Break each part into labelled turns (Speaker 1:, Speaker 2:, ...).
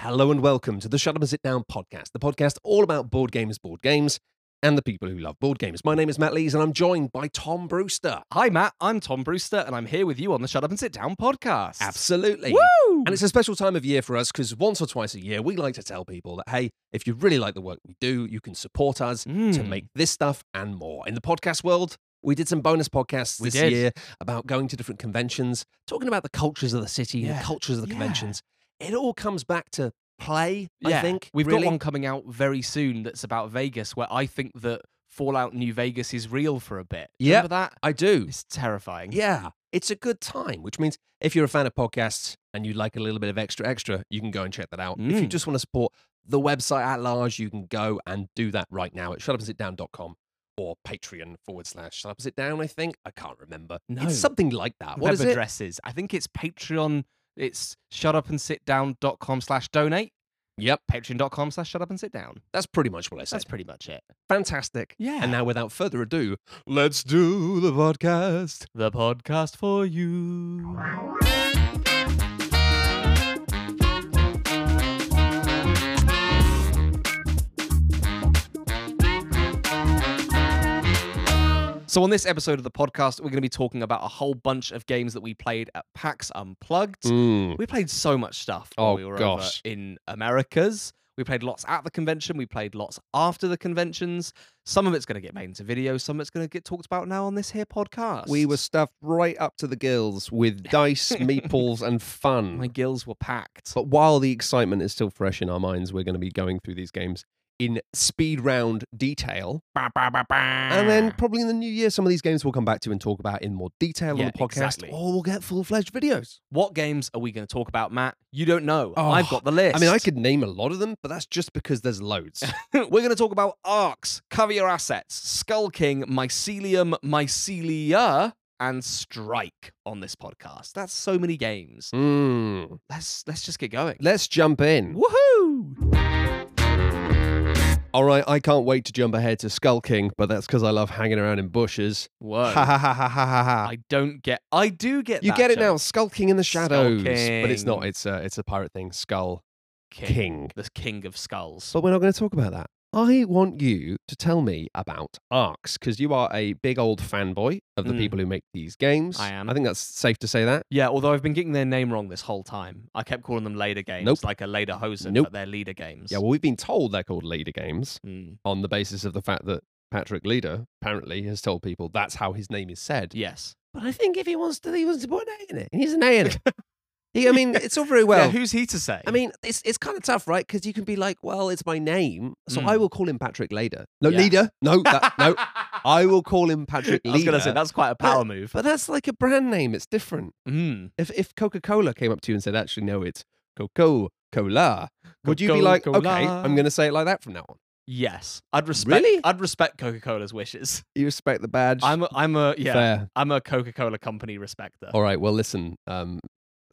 Speaker 1: Hello and welcome to the Shut Up and Sit Down podcast, the podcast all about board games, board games, and the people who love board games. My name is Matt Lees, and I'm joined by Tom Brewster.
Speaker 2: Hi, Matt. I'm Tom Brewster, and I'm here with you on the Shut Up and Sit Down podcast.
Speaker 1: Absolutely.
Speaker 2: Woo!
Speaker 1: And it's a special time of year for us because once or twice a year, we like to tell people that, hey, if you really like the work we do, you can support us to
Speaker 2: Mm.
Speaker 1: make this stuff and more. In the podcast world, we did some bonus podcasts
Speaker 2: We
Speaker 1: this
Speaker 2: did.
Speaker 1: year about going to different conventions, talking about the cultures of the city,
Speaker 2: Yeah.
Speaker 1: the cultures of the
Speaker 2: Yeah.
Speaker 1: conventions. It all comes back to play, I
Speaker 2: Yeah.
Speaker 1: think.
Speaker 2: We've
Speaker 1: really.
Speaker 2: got one coming out very soon that's about Vegas, where I think that Fallout New Vegas is real for a bit. Do you
Speaker 1: Yep.
Speaker 2: Remember that?
Speaker 1: I do.
Speaker 2: It's terrifying.
Speaker 1: Yeah, it's a good time, which means if you're a fan of podcasts and you like a little bit of extra extra, you can go and check that out. If you
Speaker 2: Mm.
Speaker 1: just want to support the website at large, you can go and do that right now at shutupandsitdown.com or Patreon forward slash shut up and sit down, I think. I can't remember.
Speaker 2: No.
Speaker 1: It's something like that. What
Speaker 2: Web
Speaker 1: is it?
Speaker 2: addresses. I think it's Patreon. It's shutupandsitdown.com slash donate.
Speaker 1: Yep,
Speaker 2: Patreon.com slash shut up and sit down.
Speaker 1: that's pretty much what I said.
Speaker 2: That's pretty much it.
Speaker 1: fantastic.
Speaker 2: Yeah.
Speaker 1: And now, without further ado, let's do the podcast.
Speaker 2: the podcast for you. So, on this episode of the podcast, we're going to be talking about a whole bunch of games that we played at PAX Unplugged.
Speaker 1: Mm.
Speaker 2: We played so much stuff while
Speaker 1: Oh,
Speaker 2: we were
Speaker 1: gosh.
Speaker 2: over in Americas. We played lots at the convention. We played lots after the conventions. Some of it's going to get made into video. Some of it's going to get talked about now on this here podcast.
Speaker 1: We were stuffed right up to the gills with dice, meatballs, and fun.
Speaker 2: my gills were packed.
Speaker 1: But while the excitement is still fresh in our minds, we're going to be going through these games in speed round detail. And then
Speaker 2: Ah.
Speaker 1: probably in the new year, some of these games we'll come back to and talk about in more detail
Speaker 2: Yeah,
Speaker 1: on the podcast,
Speaker 2: exactly.
Speaker 1: or we'll get full fledged videos.
Speaker 2: what games are we going to talk about, Matt? You don't know.
Speaker 1: Oh,
Speaker 2: I've got the list.
Speaker 1: I mean, I could name a lot of them, but that's just because there's loads.
Speaker 2: We're going to talk about arcs, cover your assets, Skull King, Mycelium, Mycelia, and Strike on this podcast. That's so many games.
Speaker 1: Mm.
Speaker 2: Let's let's just get going.
Speaker 1: Let's jump in.
Speaker 2: Woohoo!
Speaker 1: All right, I can't wait to jump ahead to Skull King, but that's because I love hanging around in bushes.
Speaker 2: Whoa.
Speaker 1: Ha ha ha ha ha ha.
Speaker 2: Oh. I don't get. I do get.
Speaker 1: You
Speaker 2: that
Speaker 1: get it now,
Speaker 2: joke.
Speaker 1: skulking in the
Speaker 2: Skull
Speaker 1: shadows, but it's not.
Speaker 2: King.
Speaker 1: It's a it's a pirate thing, Skull
Speaker 2: King,
Speaker 1: King. Oh.
Speaker 2: the King of Skulls.
Speaker 1: But we're not going to talk about that. I want you to tell me about ARCs because you are a big old fanboy of the
Speaker 2: Mm.
Speaker 1: people who make these games.
Speaker 2: I am.
Speaker 1: I think that's safe to say that.
Speaker 2: Yeah, although I've been getting their name wrong this whole time. I kept calling them Later Games,
Speaker 1: Nope.
Speaker 2: like a Later Hosen,
Speaker 1: Nope.
Speaker 2: but they're Leader Games.
Speaker 1: Yeah, well, we've been told they're called leader games
Speaker 2: Mm.
Speaker 1: on the basis of the fact that Patrick Leader apparently has told people that's how his name is said.
Speaker 2: Yes.
Speaker 1: But I think if he wants to, he wants to put an A in it. He's an A in it. He- I mean, it's all very well.
Speaker 2: yeah, who's he to say?
Speaker 1: I mean, it's it's kind of tough, right? Because you can be like, well, it's my name, so
Speaker 2: Mm.
Speaker 1: I will call him Patrick Leader. No,
Speaker 2: Yeah.
Speaker 1: Leader. No, that, no.
Speaker 2: I
Speaker 1: I will call him Patrick Leader.
Speaker 2: was going to say that's quite a power
Speaker 1: But-
Speaker 2: move.
Speaker 1: But that's like a brand name. It's different.
Speaker 2: Mm.
Speaker 1: If if Coca Cola came up to you and said, actually, no, it's Coca Cola, would you be like, okay, I'm
Speaker 2: Coca-Cola.
Speaker 1: going to say it like that from now on?
Speaker 2: Yes, I'd respect.
Speaker 1: Really?
Speaker 2: I'd respect Coca Cola's wishes.
Speaker 1: You respect the badge.
Speaker 2: I'm a, I'm a yeah.
Speaker 1: fair.
Speaker 2: I'm a Coca Cola company respecter.
Speaker 1: All right. Well, listen. Um,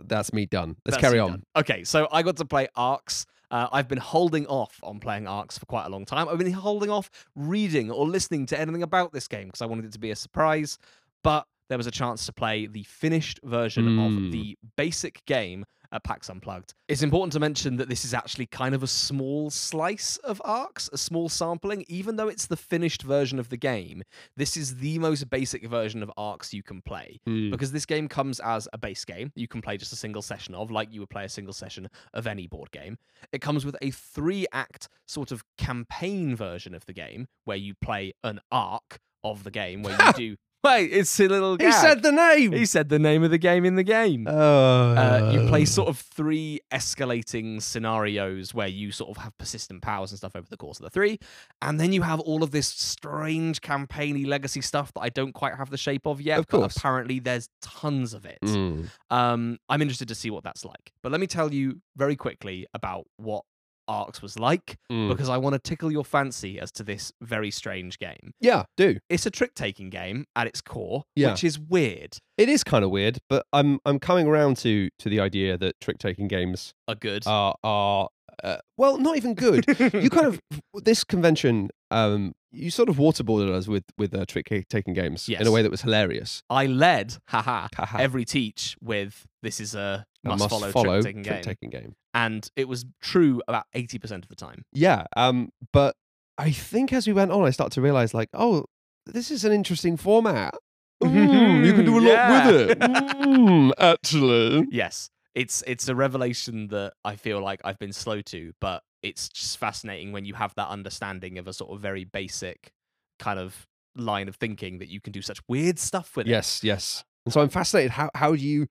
Speaker 1: that's me done. Let's
Speaker 2: That's
Speaker 1: carry
Speaker 2: you
Speaker 1: on.
Speaker 2: done. Okay, so I got to play Arcs. Uh, I've been holding off on playing Arcs for quite a long time. I've been holding off reading or listening to anything about this game because I wanted it to be a surprise. But there was a chance to play the finished version
Speaker 1: Mm.
Speaker 2: of the basic game at PAX Unplugged. It's important to mention that this is actually kind of a small slice of Arcs, a small sampling. Even though it's the finished version of the game, this is the most basic version of Arcs you can play
Speaker 1: Hmm.
Speaker 2: because this game comes as a base game that you can play just a single session of, like you would play a single session of any board game. It comes with a three act sort of campaign version of the game where you play an arc of the game where you do. Wait, it's a little.
Speaker 1: He said the name.
Speaker 2: he said the name of the game in the game. Uh,
Speaker 1: Uh,
Speaker 2: you play sort of three escalating scenarios where you sort of have persistent powers and stuff over the course of the three. And then you have all of this strange campaigny legacy stuff that I don't quite have the shape of yet.
Speaker 1: Of course.
Speaker 2: But apparently there's tons of it.
Speaker 1: Mm.
Speaker 2: Um, I'm interested to see what that's like. But let me tell you very quickly about what Arcs was like
Speaker 1: Mm.
Speaker 2: because I want to tickle your fancy as to this very strange game.
Speaker 1: Yeah, do
Speaker 2: It's a trick taking game at its core,
Speaker 1: Yeah.
Speaker 2: which is weird.
Speaker 1: it is kind of weird, but I'm I'm coming around to to the idea that trick taking games
Speaker 2: A good.
Speaker 1: are are uh, well not even good. you kind of this convention um you sort of waterboarded us with with uh, trick taking games in
Speaker 2: Yes.
Speaker 1: a way that was hilarious
Speaker 2: I led, haha,
Speaker 1: Haha.
Speaker 2: every teach with this is a
Speaker 1: A
Speaker 2: must, follow, trick taking game.
Speaker 1: trick-taking game.
Speaker 2: And it was true about 80% of the time.
Speaker 1: Yeah. Um, but I think as we went on, I started to realize like, oh, this is an interesting format. Mm, you can do a lot with it.
Speaker 2: Yeah.
Speaker 1: Mm, actually.
Speaker 2: Yes. It's it's a revelation that I feel like I've been slow to, but it's just fascinating when you have that understanding of a sort of very basic kind of line of thinking that you can do such weird stuff with it.
Speaker 1: Yes, yes. And so I'm fascinated. How how do you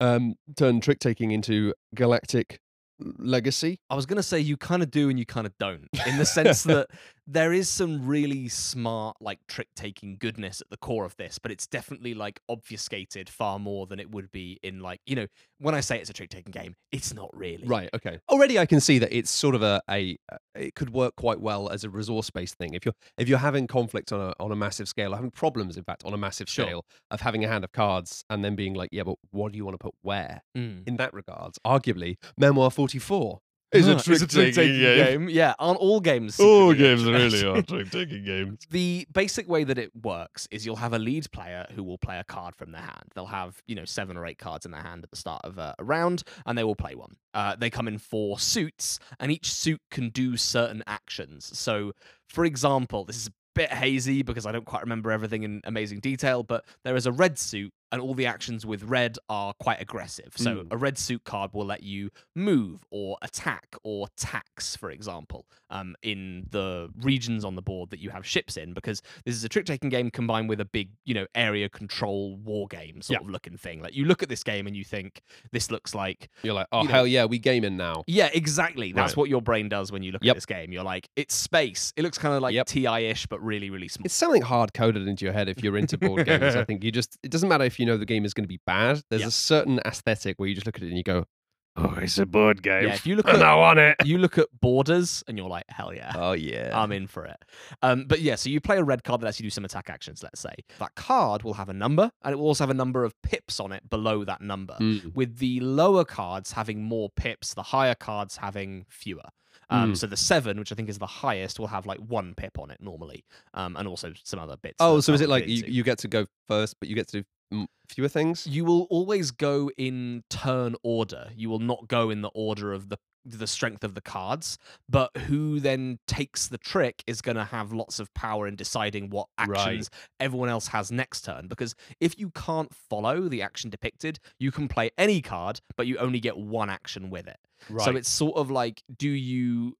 Speaker 1: um turn trick taking into galactic legacy?
Speaker 2: I was going to say you kind of do and you kind of don't, in the sense that there is some really smart, like trick taking goodness at the core of this, but it's definitely like obfuscated far more than it would be in, like, you know, when I say it's a trick taking game, it's not really.
Speaker 1: Right. Okay. Already, I can see that it's sort of a, a it could work quite well as a resource based thing. If you're if you're having conflict on a on a massive scale, or having problems, in fact, on a massive
Speaker 2: Sure.
Speaker 1: scale of having a hand of cards and then being like, yeah, but what do you want to put where?
Speaker 2: Mm.
Speaker 1: In that regards, arguably, Memoir Forty Four is
Speaker 2: Huh,
Speaker 1: a trick taking game.
Speaker 2: Yeah, on all games.
Speaker 1: All
Speaker 2: secretly a
Speaker 1: games
Speaker 2: trick-
Speaker 1: really are trick taking games.
Speaker 2: The basic way that it works is you'll have a lead player who will play a card from their hand. They'll have, you know, seven or eight cards in their hand at the start of uh, a round, and they will play one. Uh, they come in four suits, and each suit can do certain actions. So, for example, this is a bit hazy because I don't quite remember everything in amazing detail, but there is a red suit, and all the actions with red are quite aggressive. So,
Speaker 1: Mm.
Speaker 2: a red suit card will let you move or attack or tax, for example, um, in the regions on the board that you have ships in, because this is a trick taking game combined with a big, you know, area control war game sort
Speaker 1: Yeah.
Speaker 2: of looking thing. Like you look at this game and you think, this looks like
Speaker 1: You're like, oh
Speaker 2: You know-
Speaker 1: hell yeah, we gaming now.
Speaker 2: yeah, exactly. That's
Speaker 1: Right.
Speaker 2: what your brain does when you look
Speaker 1: Yep.
Speaker 2: at this game. You're like, it's space. It looks kind of like
Speaker 1: Yep.
Speaker 2: TI-ish, but really, really small.
Speaker 1: It's something hard coded into your head if you're into board games. I think you just it doesn't matter if you know the game is going to be bad. There's
Speaker 2: Yeah.
Speaker 1: a certain aesthetic where you just look at it and you go, oh, it's a board game.
Speaker 2: yeah, if you look
Speaker 1: and
Speaker 2: at
Speaker 1: I want it.
Speaker 2: you look at borders and you're like, hell yeah.
Speaker 1: Oh yeah.
Speaker 2: I'm in for it. Um, but yeah, so you play a red card that lets you do some attack actions, let's say. That card will have a number, and it will also have a number of pips on it below that number.
Speaker 1: Mm.
Speaker 2: with the lower cards having more pips, the higher cards having fewer. Um,
Speaker 1: Mm.
Speaker 2: So the seven, which I think is the highest, will have like one pip on it normally, um, and also some other bits.
Speaker 1: Oh,
Speaker 2: that
Speaker 1: so
Speaker 2: I
Speaker 1: is it
Speaker 2: won't
Speaker 1: like
Speaker 2: get
Speaker 1: you,
Speaker 2: into.
Speaker 1: you get to go first, but you get to do mm, fewer things?
Speaker 2: You will always go in turn order. You will not go in the order of the the strength of the cards, but who then takes the trick is going to have lots of power in deciding what
Speaker 1: Right.
Speaker 2: actions everyone else has next turn. Because if you can't follow the action depicted, you can play any card, but you only get one action with it. So it's sort of like, do you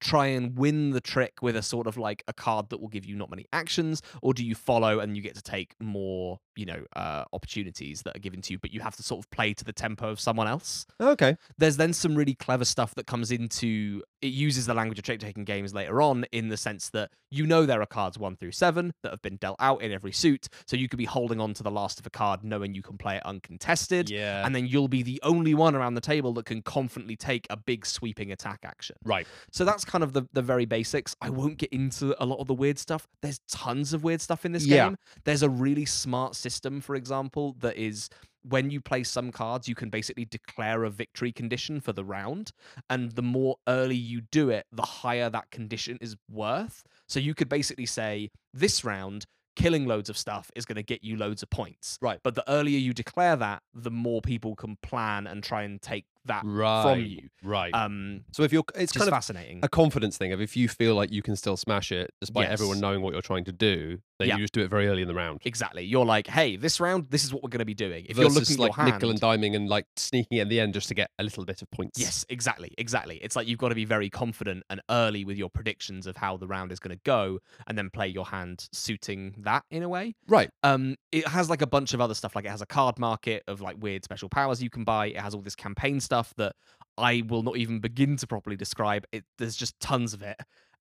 Speaker 2: try and win the trick with a sort of like a card that will give you not many actions, or do you follow and you get to take more, you know, uh, opportunities that are given to you, but you have to sort of play to the tempo of someone else?
Speaker 1: Oh, okay.
Speaker 2: There's then some really clever stuff that comes into it uses the language of trick taking games later on in the sense that you know there are cards one through seven that have been dealt out in every suit, so you could be holding on to the last of a card knowing you can play it uncontested
Speaker 1: Yeah.
Speaker 2: and then you'll be the only one around the table that can confidently take a big sweeping attack action.
Speaker 1: right.
Speaker 2: So that's kind of the, the very basics. I won't get into a lot of the weird stuff. There's tons of weird stuff in this
Speaker 1: Yeah.
Speaker 2: game. There's a really smart system, for example, that is when you play some cards, you can basically declare a victory condition for the round. And the more early you do it, the higher that condition is worth. So you could basically say, this round, killing loads of stuff is going to get you loads of points.
Speaker 1: Right.
Speaker 2: But the earlier you declare that, the more people can plan and try and take that
Speaker 1: Right.
Speaker 2: uh, from you.
Speaker 1: Right.
Speaker 2: Um,
Speaker 1: so if you're, it's
Speaker 2: it's kind
Speaker 1: kind of
Speaker 2: fascinating.
Speaker 1: a confidence thing of if you feel like you can still smash it despite everyone
Speaker 2: Yes.
Speaker 1: knowing what you're trying to do, then
Speaker 2: Yeah.
Speaker 1: you just do it very early in the round.
Speaker 2: Exactly. You're like, hey, this round, this is what we're going to be doing.
Speaker 1: Versus
Speaker 2: If you're looking at
Speaker 1: like
Speaker 2: your hand,
Speaker 1: nickel and diming and like sneaking it at the end just to get a little bit of points.
Speaker 2: yes, exactly, exactly. It's like you've got to be very confident and early with your predictions of how the round is going to go, and then play your hand suiting that in a way.
Speaker 1: Right.
Speaker 2: Um, it has like a bunch of other stuff. Like it has a card market of like weird special powers you can buy. It has all this campaign stuff that I will not even begin to properly describe. It there's just tons of it.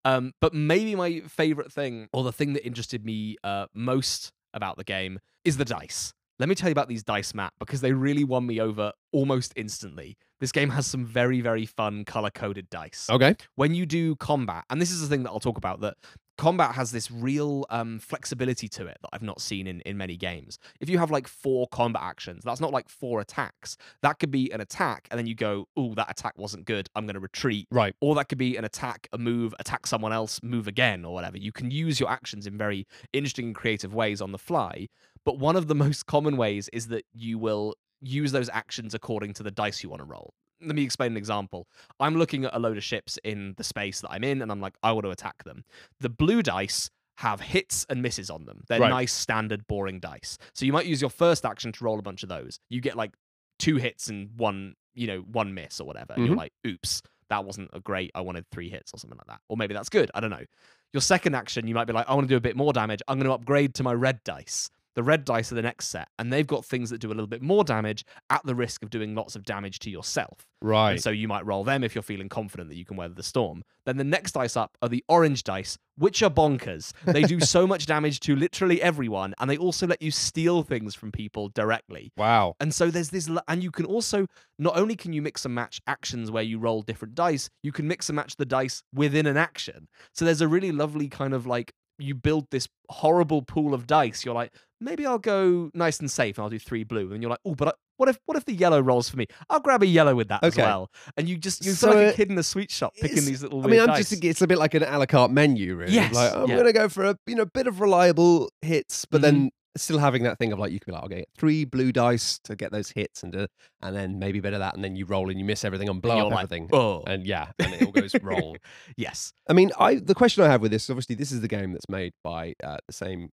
Speaker 2: Um, but maybe my favorite thing, or the thing that interested me uh, most about the game, is the dice. Let me tell you about these dice, Matt, because they really won me over almost instantly. This game has some very, very fun color coded dice
Speaker 1: Okay.
Speaker 2: when you do combat, and this is the thing that I'll talk about that combat has this real um, flexibility to it that I've not seen in, in many games. If you have like four combat actions, that's not like four attacks. That could be an attack, and then you go, oh, that attack wasn't good. I'm going to retreat.
Speaker 1: Right.
Speaker 2: Or that could be an attack, a move, attack someone else, move again, or whatever. You can use your actions in very interesting and creative ways on the fly. But one of the most common ways is that you will use those actions according to the dice you want to roll. Let me explain an example. I'm looking at a load of ships in the space that I'm in, and I'm like, I want to attack them. The blue dice have hits and misses on them. They're
Speaker 1: Right.
Speaker 2: nice, standard, boring dice. So you might use your first action to roll a bunch of those. You get like two hits and one, you know, one miss or whatever. And you're
Speaker 1: Mhm.
Speaker 2: like, oops, that wasn't a great. I wanted three hits or something like that. Or maybe that's good. I don't know. Your second action, you might be like, I want to do a bit more damage. I'm going to upgrade to my red dice. The red dice are the next set, and they've got things that do a little bit more damage at the risk of doing lots of damage to yourself.
Speaker 1: Right.
Speaker 2: And so you might roll them if you're feeling confident that you can weather the storm. Then the next dice up are the orange dice, which are bonkers. They do so much damage to literally everyone, and they also let you steal things from people directly.
Speaker 1: wow.
Speaker 2: And so there's this, l- and you can also not only can you mix and match actions where you roll different dice, you can mix and match the dice within an action. So there's a really lovely kind of like you build this horrible pool of dice. You're like, maybe I'll go nice and safe, and I'll do three blue. And you're like, oh, but I, what if what if the yellow rolls for me? I'll grab a yellow with that as
Speaker 1: Okay.
Speaker 2: well. And you just you
Speaker 1: So
Speaker 2: feel like a
Speaker 1: it-
Speaker 2: kid in a sweet shop picking
Speaker 1: it's-
Speaker 2: these little.
Speaker 1: I
Speaker 2: Weird
Speaker 1: mean, I'm
Speaker 2: dice.
Speaker 1: just it's a bit like an a la carte menu, really.
Speaker 2: Yes,
Speaker 1: Like I'm
Speaker 2: yeah.
Speaker 1: gonna go for a you know bit of reliable hits, but then
Speaker 2: Mm-hmm.
Speaker 1: still having that thing of like you could be like, okay, three blue dice to get those hits, and uh, and then maybe a bit of that, and then you roll and you miss everything and blow
Speaker 2: And
Speaker 1: up
Speaker 2: you're like,
Speaker 1: everything,
Speaker 2: oh,
Speaker 1: and yeah, and it all goes wrong.
Speaker 2: yes,
Speaker 1: I mean, I the question I have with this, obviously, this is the game that's made by uh, the same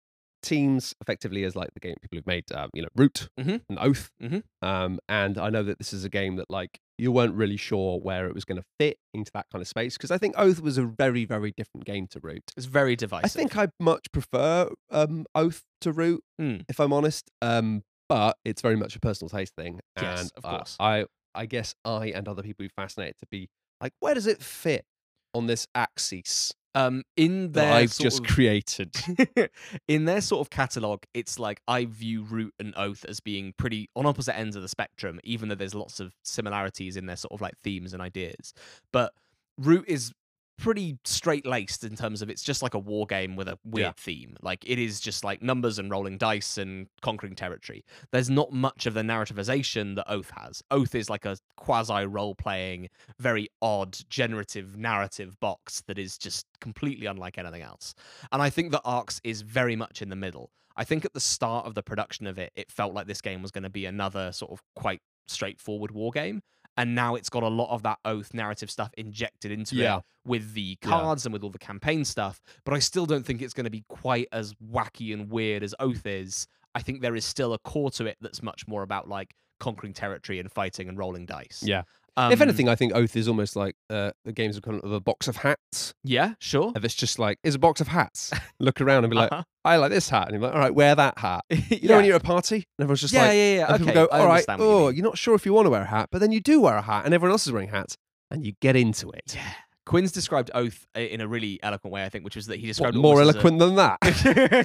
Speaker 1: teams, effectively, as like the game people who've made, um, you know, Root
Speaker 2: Mhm.
Speaker 1: and Oath.
Speaker 2: Mhm.
Speaker 1: Um, and I know that this is a game that like you weren't really sure where it was going to fit into that kind of space because I think Oath was a very, very different game to Root.
Speaker 2: it's very divisive.
Speaker 1: I think I much prefer um, Oath to Root,
Speaker 2: Hmm.
Speaker 1: if I'm honest. Um, but it's very much a personal taste thing.
Speaker 2: Yes,
Speaker 1: and,
Speaker 2: of
Speaker 1: uh,
Speaker 2: course.
Speaker 1: I, I guess I and other people who fascinate to be like, where does it fit on this axis
Speaker 2: um, in
Speaker 1: that
Speaker 2: their
Speaker 1: I've
Speaker 2: sort
Speaker 1: just
Speaker 2: of-
Speaker 1: created?
Speaker 2: in their sort of catalog, it's like I view Root and Oath as being pretty on opposite ends of the spectrum, even though there's lots of similarities in their sort of like themes and ideas. But Root is pretty straight laced in terms of it's just like a war game with a weird
Speaker 1: Yeah.
Speaker 2: theme. Like it is just like numbers and rolling dice and conquering territory. There's not much of the narrativization that Oath has. Oath is like a quasi role playing, very odd generative narrative box that is just completely unlike anything else. And I think that Arcs is very much in the middle. I think at the start of the production of it, it felt like this game was going to be another sort of quite straightforward war game. And now it's got a lot of that oath narrative stuff injected into it
Speaker 1: Yeah.
Speaker 2: with the
Speaker 1: Yeah.
Speaker 2: cards and with all the campaign stuff. But I still don't think it's going to be quite as wacky and weird as Oath is. I think there is still a core to it that's much more about like conquering territory and fighting and rolling dice.
Speaker 1: Yeah.
Speaker 2: Um,
Speaker 1: if anything, I think Oath is almost like uh, the game's equivalent of a box of hats.
Speaker 2: Yeah, sure.
Speaker 1: If it's just like, is a box of hats. Look around and be like,
Speaker 2: Uh-huh.
Speaker 1: I like this hat. And you're like, all right, wear that hat.
Speaker 2: yeah.
Speaker 1: You know when you're at a party and everyone's just
Speaker 2: yeah,
Speaker 1: like,
Speaker 2: yeah, yeah.
Speaker 1: And
Speaker 2: Okay.
Speaker 1: people go,
Speaker 2: I
Speaker 1: all right,
Speaker 2: understand what you
Speaker 1: oh,
Speaker 2: mean.
Speaker 1: you're not sure if you want to wear a hat, but then you do wear a hat and everyone else is wearing hats and you get into it.
Speaker 2: Yeah. Quinn's described Oath i- in a really eloquent way, I think, which was that he
Speaker 1: What,
Speaker 2: described it
Speaker 1: more
Speaker 2: almost as a-
Speaker 1: eloquent than that.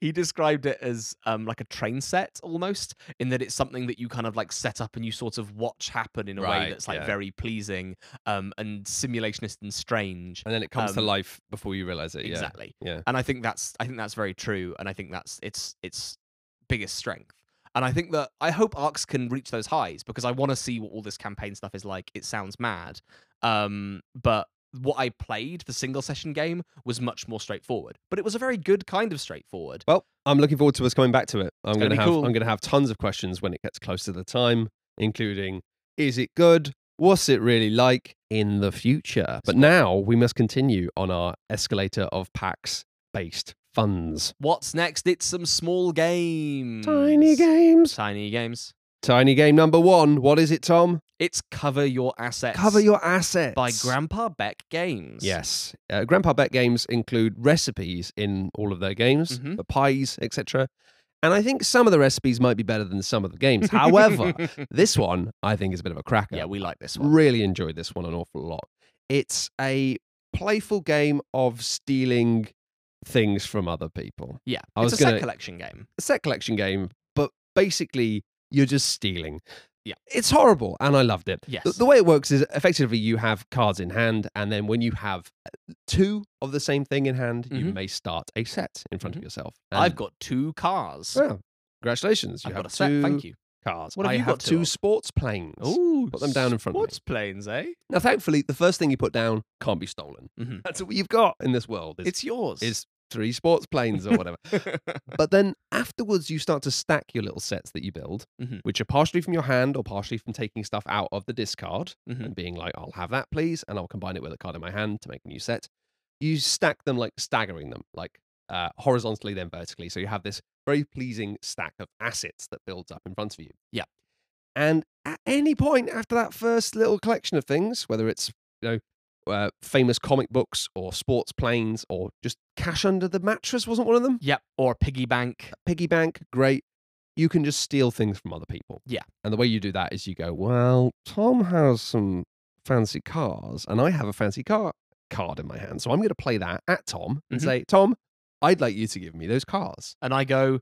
Speaker 2: he described it as um, like a train set almost, in that it's something that you kind of like set up and you sort of watch happen in a way
Speaker 1: Right,
Speaker 2: that's like
Speaker 1: yeah.
Speaker 2: very pleasing um, and simulationist and strange.
Speaker 1: And then it comes to
Speaker 2: Um,
Speaker 1: life before you realize it. Uh, Yeah.
Speaker 2: Exactly.
Speaker 1: Yeah.
Speaker 2: And I think that's I think that's very true. And I think that's its its biggest strength. And I think that I hope Arcs can reach those highs because I want to see what all this campaign stuff is like. It sounds mad. Um, but what I played, the single session game, was much more straightforward. But it was a very good kind of straightforward.
Speaker 1: Well, I'm looking forward to us coming back to it. I'm
Speaker 2: gonna
Speaker 1: going
Speaker 2: be
Speaker 1: to have
Speaker 2: cool.
Speaker 1: I'm going to have tons of questions when it gets close to the time, including is it good? What's it really like in the future? But now we must continue on our escalator of packs based funds.
Speaker 2: What's next? It's some small games.
Speaker 1: Tiny games.
Speaker 2: Tiny games.
Speaker 1: Tiny game number 1. What is it, Tom?
Speaker 2: It's Cover Your Assets.
Speaker 1: Cover your assets.
Speaker 2: by Grandpa Beck Games.
Speaker 1: Yes. Uh, Grandpa Bet games include recipes in all of their games,
Speaker 2: Mhm.
Speaker 1: the pies, etc. And I think some of the recipes might be better than some of the games. However, this one I think is a bit of a cracker.
Speaker 2: yeah, we like this one.
Speaker 1: really enjoyed this one an awful lot. It's a playful game of stealing things from other people.
Speaker 2: Yeah,
Speaker 1: I was
Speaker 2: it's a set
Speaker 1: gonna-
Speaker 2: collection game.
Speaker 1: A set collection game, but basically you're just stealing.
Speaker 2: Yeah.
Speaker 1: It's horrible and I loved it.
Speaker 2: Yes.
Speaker 1: The, the way it works is effectively you have cards in hand, and then when you have uh, two of the same thing in hand, you
Speaker 2: Mhm.
Speaker 1: may start a set in front of yourself.
Speaker 2: Mm-hmm. I've got two cars.
Speaker 1: Well, congratulations. Um, You
Speaker 2: I've
Speaker 1: have
Speaker 2: got a
Speaker 1: two
Speaker 2: set. Thank you.
Speaker 1: cars.
Speaker 2: What have
Speaker 1: I
Speaker 2: you
Speaker 1: have
Speaker 2: got two
Speaker 1: two
Speaker 2: of?
Speaker 1: sports planes.
Speaker 2: Ooh,
Speaker 1: put them down in front of me.
Speaker 2: What's planes, eh?
Speaker 1: Now, thankfully, the first thing you put down can't be stolen.
Speaker 2: Mhm.
Speaker 1: That's what you've got in this world. Is,
Speaker 2: It's yours.
Speaker 1: is three sports planes or whatever. but then afterwards, you start to stack your little sets that you build,
Speaker 2: Mhm.
Speaker 1: which are partially from your hand or partially from taking stuff out of the discard
Speaker 2: Mhm.
Speaker 1: and being like, I'll have that, please. And I'll combine it with a card in my hand to make a new set. You stack them like staggering them, like uh, horizontally, then vertically. So you have this very pleasing stack of assets that builds up in front of you.
Speaker 2: Yeah.
Speaker 1: And at any point after that first little collection of things, whether it's uh, famous comic books or sports planes or just cash under the mattress wasn't one of them.
Speaker 2: Yep. Or piggy bank.
Speaker 1: Piggy bank, great. You can just steal things from other people.
Speaker 2: Yeah.
Speaker 1: And the way you do that is you go, well, Tom has some fancy cars and I have a fancy car card in my hand. So I'm going to play that at Tom and
Speaker 2: Mhm.
Speaker 1: say, Tom, I'd like you to give me those cars.
Speaker 2: And I go,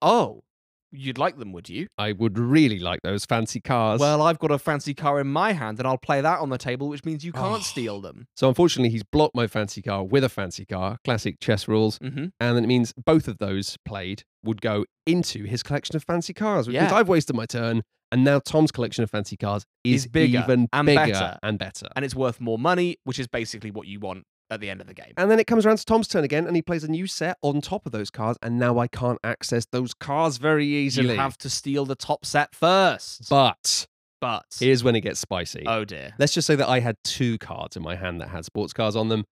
Speaker 2: oh, you'd like them, would you?
Speaker 1: I would really like those fancy cars.
Speaker 2: Well, I've got a fancy car in my hand and I'll play that on the table, which means you
Speaker 1: Oh.
Speaker 2: can't steal them.
Speaker 1: so unfortunately, he's blocked my fancy car with a fancy car, classic chess rules.
Speaker 2: Mm-hmm.
Speaker 1: and then it means both of those played would go into his collection of fancy cars, which means
Speaker 2: Yeah.
Speaker 1: I've wasted my turn, and now Tom's collection of fancy cars is
Speaker 2: Is bigger
Speaker 1: even
Speaker 2: and
Speaker 1: bigger
Speaker 2: better.
Speaker 1: and better.
Speaker 2: And it's worth more money, which is basically what you want at the end of the game.
Speaker 1: And then it comes around to Tom's turn again, and he plays a new set on top of those cars, and now I can't access those cars very easily.
Speaker 2: You have to steal the top set first.
Speaker 1: But
Speaker 2: but
Speaker 1: here's when it gets spicy.
Speaker 2: oh dear.
Speaker 1: Let's just say that I had two cards in my hand that had sports cars on them.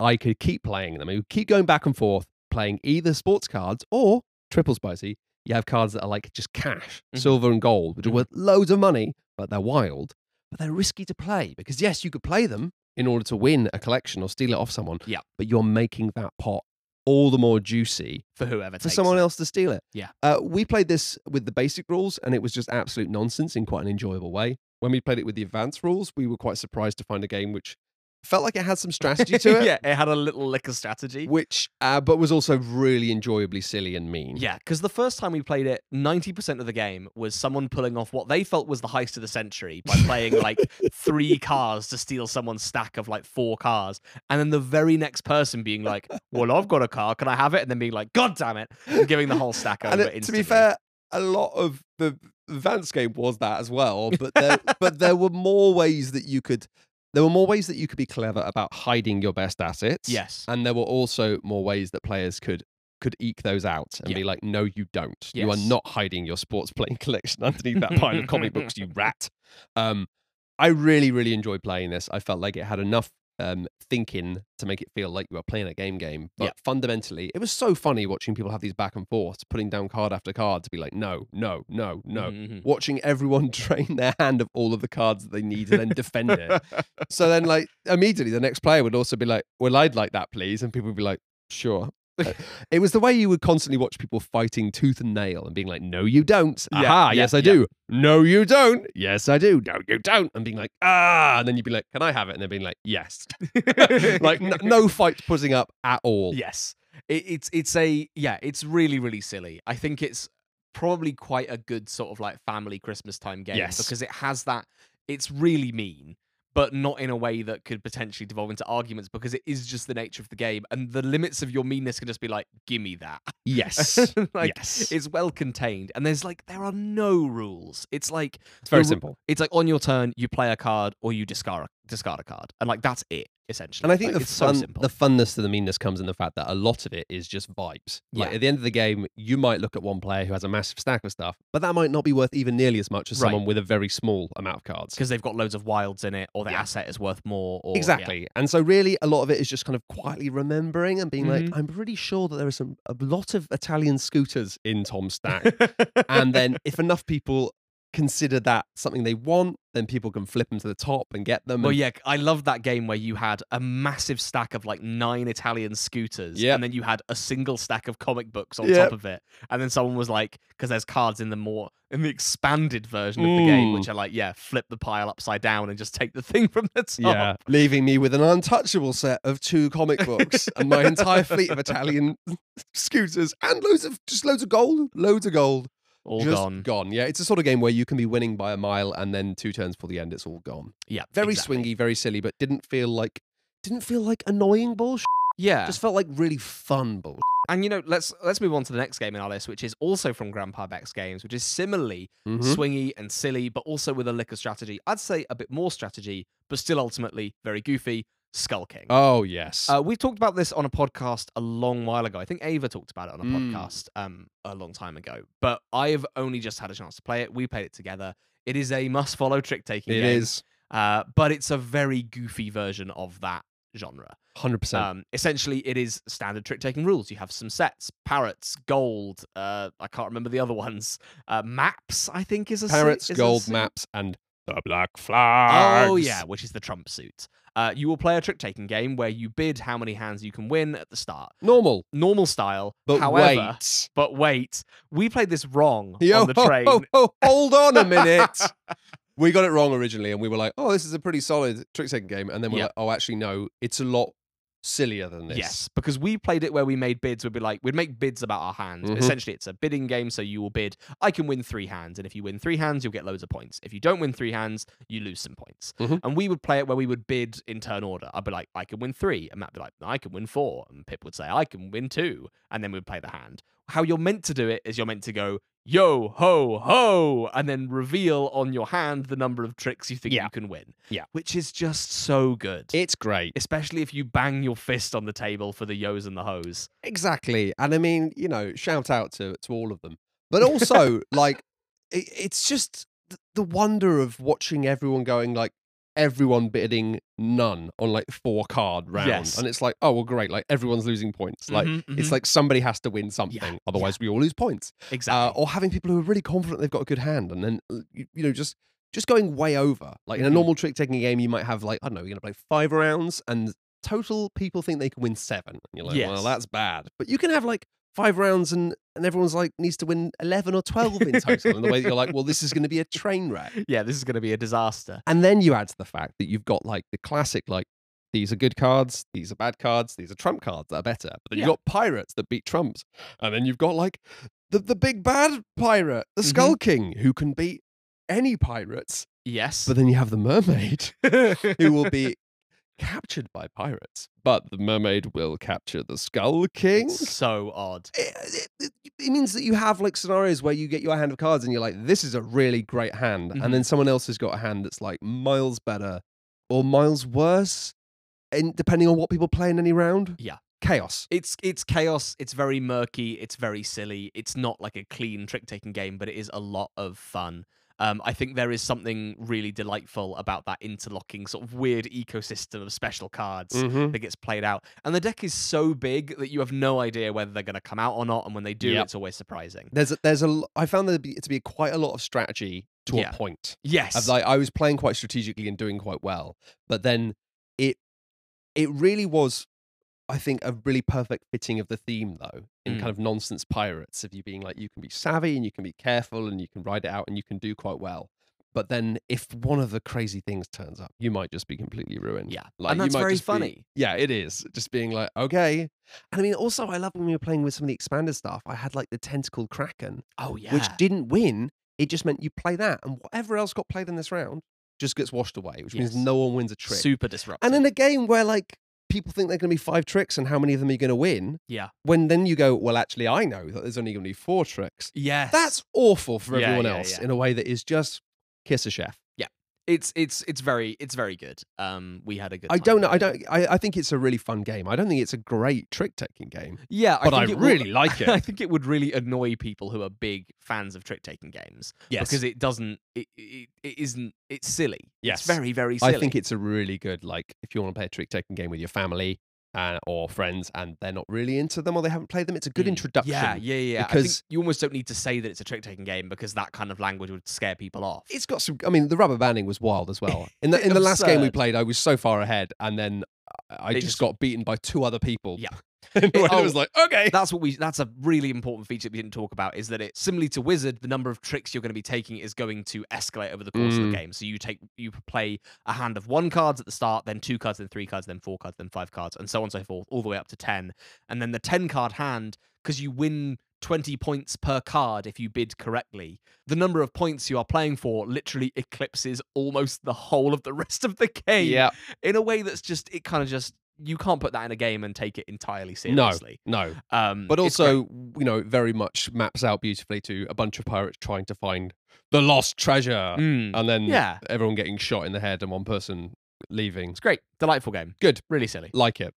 Speaker 1: I could keep playing them. I could keep going back and forth, playing either sports cards or triple spicy. You have cards that are like just cash,
Speaker 2: Mhm.
Speaker 1: silver and gold, which are
Speaker 2: Mhm.
Speaker 1: worth loads of money, but they're wild, but they're risky to play because yes, you could play them in order to win a collection or steal it off someone.
Speaker 2: Yeah.
Speaker 1: But you're making that pot all the more juicy
Speaker 2: For whoever
Speaker 1: for
Speaker 2: takes
Speaker 1: someone
Speaker 2: it.
Speaker 1: else to steal it.
Speaker 2: Yeah.
Speaker 1: Uh, we played this with the basic rules, and it was just absolute nonsense in quite an enjoyable way. When we played it with the advanced rules, we were quite surprised to find a game which felt like it had some strategy to it,
Speaker 2: yeah, it had a little lick of strategy.
Speaker 1: which uh, but was also really enjoyably silly and mean.
Speaker 2: Yeah, because the first time we played it, 90% of the game was someone pulling off what they felt was the heist of the century by playing like three cars to steal someone's stack of like four cars. And then the very next person being like, Well, I've got a car. Can I have it? And then being like, God damn it. And giving the whole stack over.
Speaker 1: and it- to be
Speaker 2: instantly.
Speaker 1: fair, a lot of the advanced game was that as well, but there, but there were more ways that you could. There were more ways that you could be clever about hiding your best assets.
Speaker 2: Yes.
Speaker 1: and there were also more ways that players could could eke those out and be like no you don't you are
Speaker 2: Yes.
Speaker 1: not hiding your sports plane collection underneath that pile of comic books you rat um i really really enjoyed playing this i felt like it had enough um thinking to make it feel like you were playing a game game but
Speaker 2: Yeah.
Speaker 1: fundamentally it was so funny watching people have these back and forths putting down card after card to be like no no no no
Speaker 2: Mhm,
Speaker 1: watching everyone drain their hand of all of the cards that they need and then defend it
Speaker 2: mhm.
Speaker 1: so then, like, immediately the next player would also be like, Well, I'd like that, please. And people would be like, Sure. Uh, it was the way you would constantly watch people fighting tooth and nail and being like, No, you don't.
Speaker 2: Yeah,
Speaker 1: Aha,
Speaker 2: yeah,
Speaker 1: yes, I
Speaker 2: yeah.
Speaker 1: do. No, you don't. Yes, I do. No, you don't. And being like, Ah. And then you'd be like, Can I have it? And they're being like, Yes. like, n- no fights putting up at all.
Speaker 2: Yes. It, it's it's a yeah, it's really really silly. I think it's probably quite a good sort of like family Christmas time game
Speaker 1: Yes.
Speaker 2: because it has that it's really mean but not in a way that could potentially devolve into arguments because it is just the nature of the game and the limits of your meanness can just be like gimme that.
Speaker 1: Yes.
Speaker 2: like
Speaker 1: yes. It's,
Speaker 2: it's well contained and there's like there are no rules. It's like
Speaker 1: very
Speaker 2: the ru-
Speaker 1: simple.
Speaker 2: It's like on your turn you play a card or you discard a, discard a card and like that's it essentially.
Speaker 1: And I think
Speaker 2: Like,
Speaker 1: the
Speaker 2: it's
Speaker 1: fun,
Speaker 2: so simple.
Speaker 1: the funness to the meanness comes in the fact that a lot of it is just vibes. Like
Speaker 2: Yeah.
Speaker 1: at the end of the game, you might look at one player who has a massive stack of stuff, but that might not be worth even nearly as much as
Speaker 2: Right.
Speaker 1: someone with a very small amount of cards.
Speaker 2: because they've got loads of wilds in it, or the
Speaker 1: Yeah.
Speaker 2: asset is worth more. Or, yeah.
Speaker 1: Exactly. And so really a lot of it is just kind of quietly remembering and being
Speaker 2: Mhm.
Speaker 1: like, I'm pretty sure that there are some a lot of Italian scooters in Tom's stack. and then if enough people consider that something they want, then people can flip them to the top and get them.
Speaker 2: well,
Speaker 1: and-
Speaker 2: yeah, I loved that game where you had a massive stack of like nine Italian scooters,
Speaker 1: Yep.
Speaker 2: and then you had a single stack of comic books on
Speaker 1: Yep.
Speaker 2: top of it, and then someone was like, because there's cards in the more in the expanded version of the game,
Speaker 1: Mm.
Speaker 2: which are like, yeah, flip the pile upside down and just take the thing from the top.
Speaker 1: Yeah, leaving me with an untouchable set of two comic books and my entire fleet of Italian scooters and loads of just loads of gold, loads of gold,
Speaker 2: all
Speaker 1: just
Speaker 2: gone.
Speaker 1: Yeah, it's a sort of game where you can be winning by a mile and then two turns before the end, it's all gone.
Speaker 2: Yeah,
Speaker 1: Very
Speaker 2: exactly.
Speaker 1: swingy, very silly, but didn't feel like didn't feel like annoying bullshit.
Speaker 2: Yeah,
Speaker 1: Just felt like really fun bullshit.
Speaker 2: and you know, let's let's move on to the next game in our list, which is also from Grandpa Beck's games, which is similarly
Speaker 1: Mm-hmm.
Speaker 2: swingy and silly, but also with a lick of strategy. I'd say a bit more strategy, but still ultimately very goofy. Skull King.
Speaker 1: Oh yes.
Speaker 2: Uh, we talked about this on a podcast a long while ago. I think Ava talked about it on a
Speaker 1: Mm.
Speaker 2: podcast um, a long time ago, but I have only just had a chance to play it. We played it together. It is a must follow trick taking
Speaker 1: it
Speaker 2: game.
Speaker 1: is
Speaker 2: Uh, but it's a very goofy version of that genre.
Speaker 1: hundred percent.
Speaker 2: Um, essentially, it is standard trick taking rules. You have some sets, parrots, gold, uh, I can't remember the other ones, uh, maps, I think is a se-
Speaker 1: Parrots,
Speaker 2: is a
Speaker 1: gold
Speaker 2: se-
Speaker 1: maps, and the black flags.
Speaker 2: Oh yeah, which is the trump suit. Uh, you will play a trick taking game where you bid how many hands you can win at the start,
Speaker 1: Normal,
Speaker 2: normal style.
Speaker 1: but
Speaker 2: However,
Speaker 1: wait.
Speaker 2: but wait, we played this wrong
Speaker 1: Yo,
Speaker 2: on the
Speaker 1: ho, ho,
Speaker 2: train.
Speaker 1: ho, hold on a minute. we got it wrong originally, and we were like, "Oh, this is a pretty solid trick taking game," and then we're
Speaker 2: Yeah.
Speaker 1: like, "Oh, actually, no, it's a lot sillier than this."
Speaker 2: Yes, because we played it where we made bids. We'd be like, we'd make bids about our hands. but
Speaker 1: Mhm.
Speaker 2: Essentially, it's a bidding game. So you will bid, I can win three hands. And if you win three hands, you'll get loads of points. If you don't win three hands, you lose some points.
Speaker 1: Mhm.
Speaker 2: And we would play it where we would bid in turn order. I'd be like, I can win three. And Matt would be like, I can win four. And Pip would say, I can win two. And then we'd play the hand. How you're meant to do it is you're meant to go, yo, ho, ho, and then reveal on your hand the number of tricks you think
Speaker 1: Yeah.
Speaker 2: you can win.
Speaker 1: Yeah.
Speaker 2: Which is just so good
Speaker 1: it's great.
Speaker 2: especially if you bang your fist on the table for the yos and the hoes.
Speaker 1: Exactly. And I mean, you know, shout out to, to all of them. But also, like, it, it's just th- the wonder of watching everyone going, like, everyone bidding none on like four card round.
Speaker 2: Yes.
Speaker 1: And it's like, oh, well, great. Like, everyone's losing points. Like,
Speaker 2: Mm-hmm,
Speaker 1: it's like somebody has to win something.
Speaker 2: yeah.
Speaker 1: Otherwise, we all lose points. Uh,
Speaker 2: mm-hmm. exactly.
Speaker 1: or having people who are really confident they've got a good hand and then, uh, you, you know, just. Just going way over. Like in a
Speaker 2: Mhm.
Speaker 1: normal trick taking game, you might have like, I don't know, you're gonna play five rounds and total people think they can win seven. And you're like,
Speaker 2: Yes.
Speaker 1: well, that's bad. But you can have like five rounds and, and everyone's like needs to win 11 or 12 in total. and the way that you're like, well, this is going to be a train wreck.
Speaker 2: yeah, this is going to be a disaster.
Speaker 1: And then you add to the fact that you've got like the classic, like, these are good cards, these are bad cards, these are trump cards that are better. But then
Speaker 2: Yeah.
Speaker 1: you've got pirates that beat trumps. And then you've got like the, the big bad pirate, the
Speaker 2: Mhm.
Speaker 1: Skull King, who can beat any pirates.
Speaker 2: Yes.
Speaker 1: But then you have the mermaid who will be captured by pirates. But the mermaid will capture the Skull King.
Speaker 2: It's so odd.
Speaker 1: It, it, eh, it means that you have like scenarios where you get your hand of cards and you're like, this is a really great hand.
Speaker 2: Mhm.
Speaker 1: And then someone else has got a hand that's like miles better or miles worse, and depending on what people play in any round.
Speaker 2: Yeah.
Speaker 1: Chaos.
Speaker 2: It's it's chaos. It's very murky. It's very silly. It's not like a clean trick taking game, but it is a lot of fun. Um, I think there is something really delightful about that interlocking sort of weird ecosystem of special cards. that gets played out. And the deck is so big that you have no idea whether they're going to come out or not. And when they do,
Speaker 1: Yep.
Speaker 2: it's always surprising.
Speaker 1: There's a, there's a l- I found there to be, to be quite a lot of strategy to
Speaker 2: Yeah.
Speaker 1: a point.
Speaker 2: Yes.
Speaker 1: Of, like I was playing quite strategically and doing quite well, but then it it really was, I think, a really perfect fitting of the theme though, in
Speaker 2: Mm.
Speaker 1: kind of nonsense pirates of you being like you can be savvy and you can be careful and you can ride it out and you can do quite well. But then if one of the crazy things turns up, you might just be completely ruined.
Speaker 2: yeah.
Speaker 1: like,
Speaker 2: and
Speaker 1: you
Speaker 2: that's
Speaker 1: might
Speaker 2: very
Speaker 1: just be-
Speaker 2: funny.
Speaker 1: Yeah, it is. Just being like, okay. And I mean, also, I love when we were playing with some of the expanded stuff. I had like the tentacle kraken,
Speaker 2: Oh, yeah.
Speaker 1: which didn't win. It just meant you play that, and whatever else got played in this round just gets washed away, which
Speaker 2: Yes.
Speaker 1: means no one wins a trick.
Speaker 2: Super disruptive.
Speaker 1: and in a game where like people think they're going to be five tricks, and how many of them are you going to win?
Speaker 2: Yeah.
Speaker 1: When then you go, well, actually, I know that there's only going to be four tricks.
Speaker 2: yes.
Speaker 1: That's awful for
Speaker 2: Yeah,
Speaker 1: everyone
Speaker 2: yeah,
Speaker 1: else
Speaker 2: yeah.
Speaker 1: in a way that is just kiss a chef.
Speaker 2: it's it's it's very it's very good. Um we had a good
Speaker 1: I
Speaker 2: time
Speaker 1: don't know.
Speaker 2: with
Speaker 1: I
Speaker 2: it.
Speaker 1: don't. I, I think it's a really fun game. I don't think it's a great trick taking game,
Speaker 2: Yeah,
Speaker 1: but I,
Speaker 2: think it will-
Speaker 1: really like it.
Speaker 2: I think it would really annoy people who are big fans of trick taking games
Speaker 1: yes,
Speaker 2: because it doesn't it, it, it isn't it's silly.
Speaker 1: Yes.
Speaker 2: It's very very silly.
Speaker 1: I think it's a really good like if you want to play a trick taking game with your family uh, or friends and they're not really into them or they haven't played them. It's a good
Speaker 2: Mm.
Speaker 1: introduction.
Speaker 2: Yeah, yeah, yeah. I think
Speaker 1: because-
Speaker 2: you almost don't need to say that it's a trick taking game because that kind of language would scare people off.
Speaker 1: It's got some. I mean, the rubber banding was wild as well. In the in the last game we
Speaker 2: Absurd.
Speaker 1: played, I was so far ahead, and then I I
Speaker 2: They
Speaker 1: just,
Speaker 2: just-
Speaker 1: got beaten by two other people.
Speaker 2: Yeah.
Speaker 1: and
Speaker 2: It-
Speaker 1: I
Speaker 2: oh,
Speaker 1: was like, okay,
Speaker 2: that's what we that's a really important feature that we didn't talk about is that it similarly to wizard the number of tricks you're going to be taking is going to escalate over the course of
Speaker 1: Mm.
Speaker 2: the game so you take you play a hand of one cards at the start then two cards then three cards then four cards then five cards and so on and so forth all the way up to 10 and then the 10 card hand because you win 20 points per card if you bid correctly the number of points you are playing for literally eclipses almost the whole of the rest of the game
Speaker 1: yeah,
Speaker 2: in a way that's just it kind of just you can't put that in a game and take it entirely
Speaker 1: No.
Speaker 2: seriously
Speaker 1: no.
Speaker 2: um,
Speaker 1: But
Speaker 2: it's great.
Speaker 1: also, you know, very much maps out beautifully to a bunch of pirates trying to find the lost treasure,
Speaker 2: Mm,
Speaker 1: and then
Speaker 2: yeah,
Speaker 1: everyone getting shot in the head and one person leaving.
Speaker 2: It's great. Delightful game.
Speaker 1: Good.
Speaker 2: Really silly.
Speaker 1: Like it.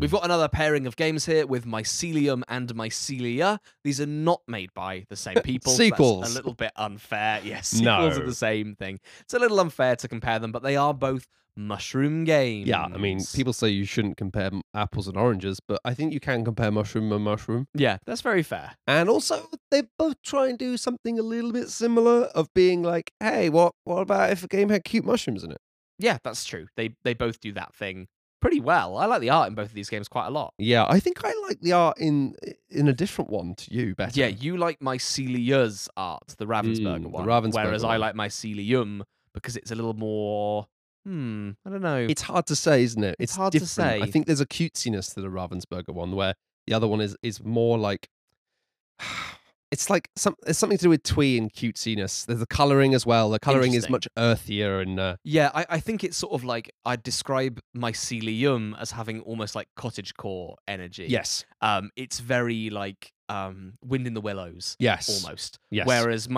Speaker 2: We've got another pairing of games here with Mycelium and Mycelia. These are not made by the same people. so that's
Speaker 1: Sequels.
Speaker 2: a little bit unfair. Yes,
Speaker 1: No.
Speaker 2: sequels are the same thing. It's a little unfair to compare them, but they are both mushroom games.
Speaker 1: Yeah, I mean, people say you shouldn't compare m- apples and oranges, but I think you can compare mushroom and mushroom.
Speaker 2: Yeah, that's very fair.
Speaker 1: And also, they both try and do something a little bit similar of being like, hey, what what about if a game had cute mushrooms in it?
Speaker 2: Yeah, that's true. They they both do that thing pretty well. I like the art in both of these games quite a lot.
Speaker 1: Yeah, I think I like the art in in a different one to you better.
Speaker 2: Yeah, you like Mycelia's art, the Ravensburger
Speaker 1: Mm, the
Speaker 2: one.
Speaker 1: Ravensburger
Speaker 2: whereas I
Speaker 1: one.
Speaker 2: like Mycelium because it's a little more. Hmm, I don't know.
Speaker 1: it's hard to say, isn't it?
Speaker 2: It's hard to
Speaker 1: different. I
Speaker 2: say.
Speaker 1: think there's a cutesiness to the Ravensburger one, where the other one is is more like it's like some it's something to do with twee and cutesiness. There's the coloring as well. The coloring is
Speaker 2: Interesting.
Speaker 1: much earthier and uh,
Speaker 2: Yeah, I, I think it's sort of like I'd describe mycelium as having almost like cottagecore energy.
Speaker 1: yes,
Speaker 2: Um, it's very like um wind in the willows
Speaker 1: yes,
Speaker 2: almost.
Speaker 1: yes.
Speaker 2: Whereas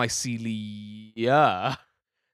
Speaker 2: mycelia,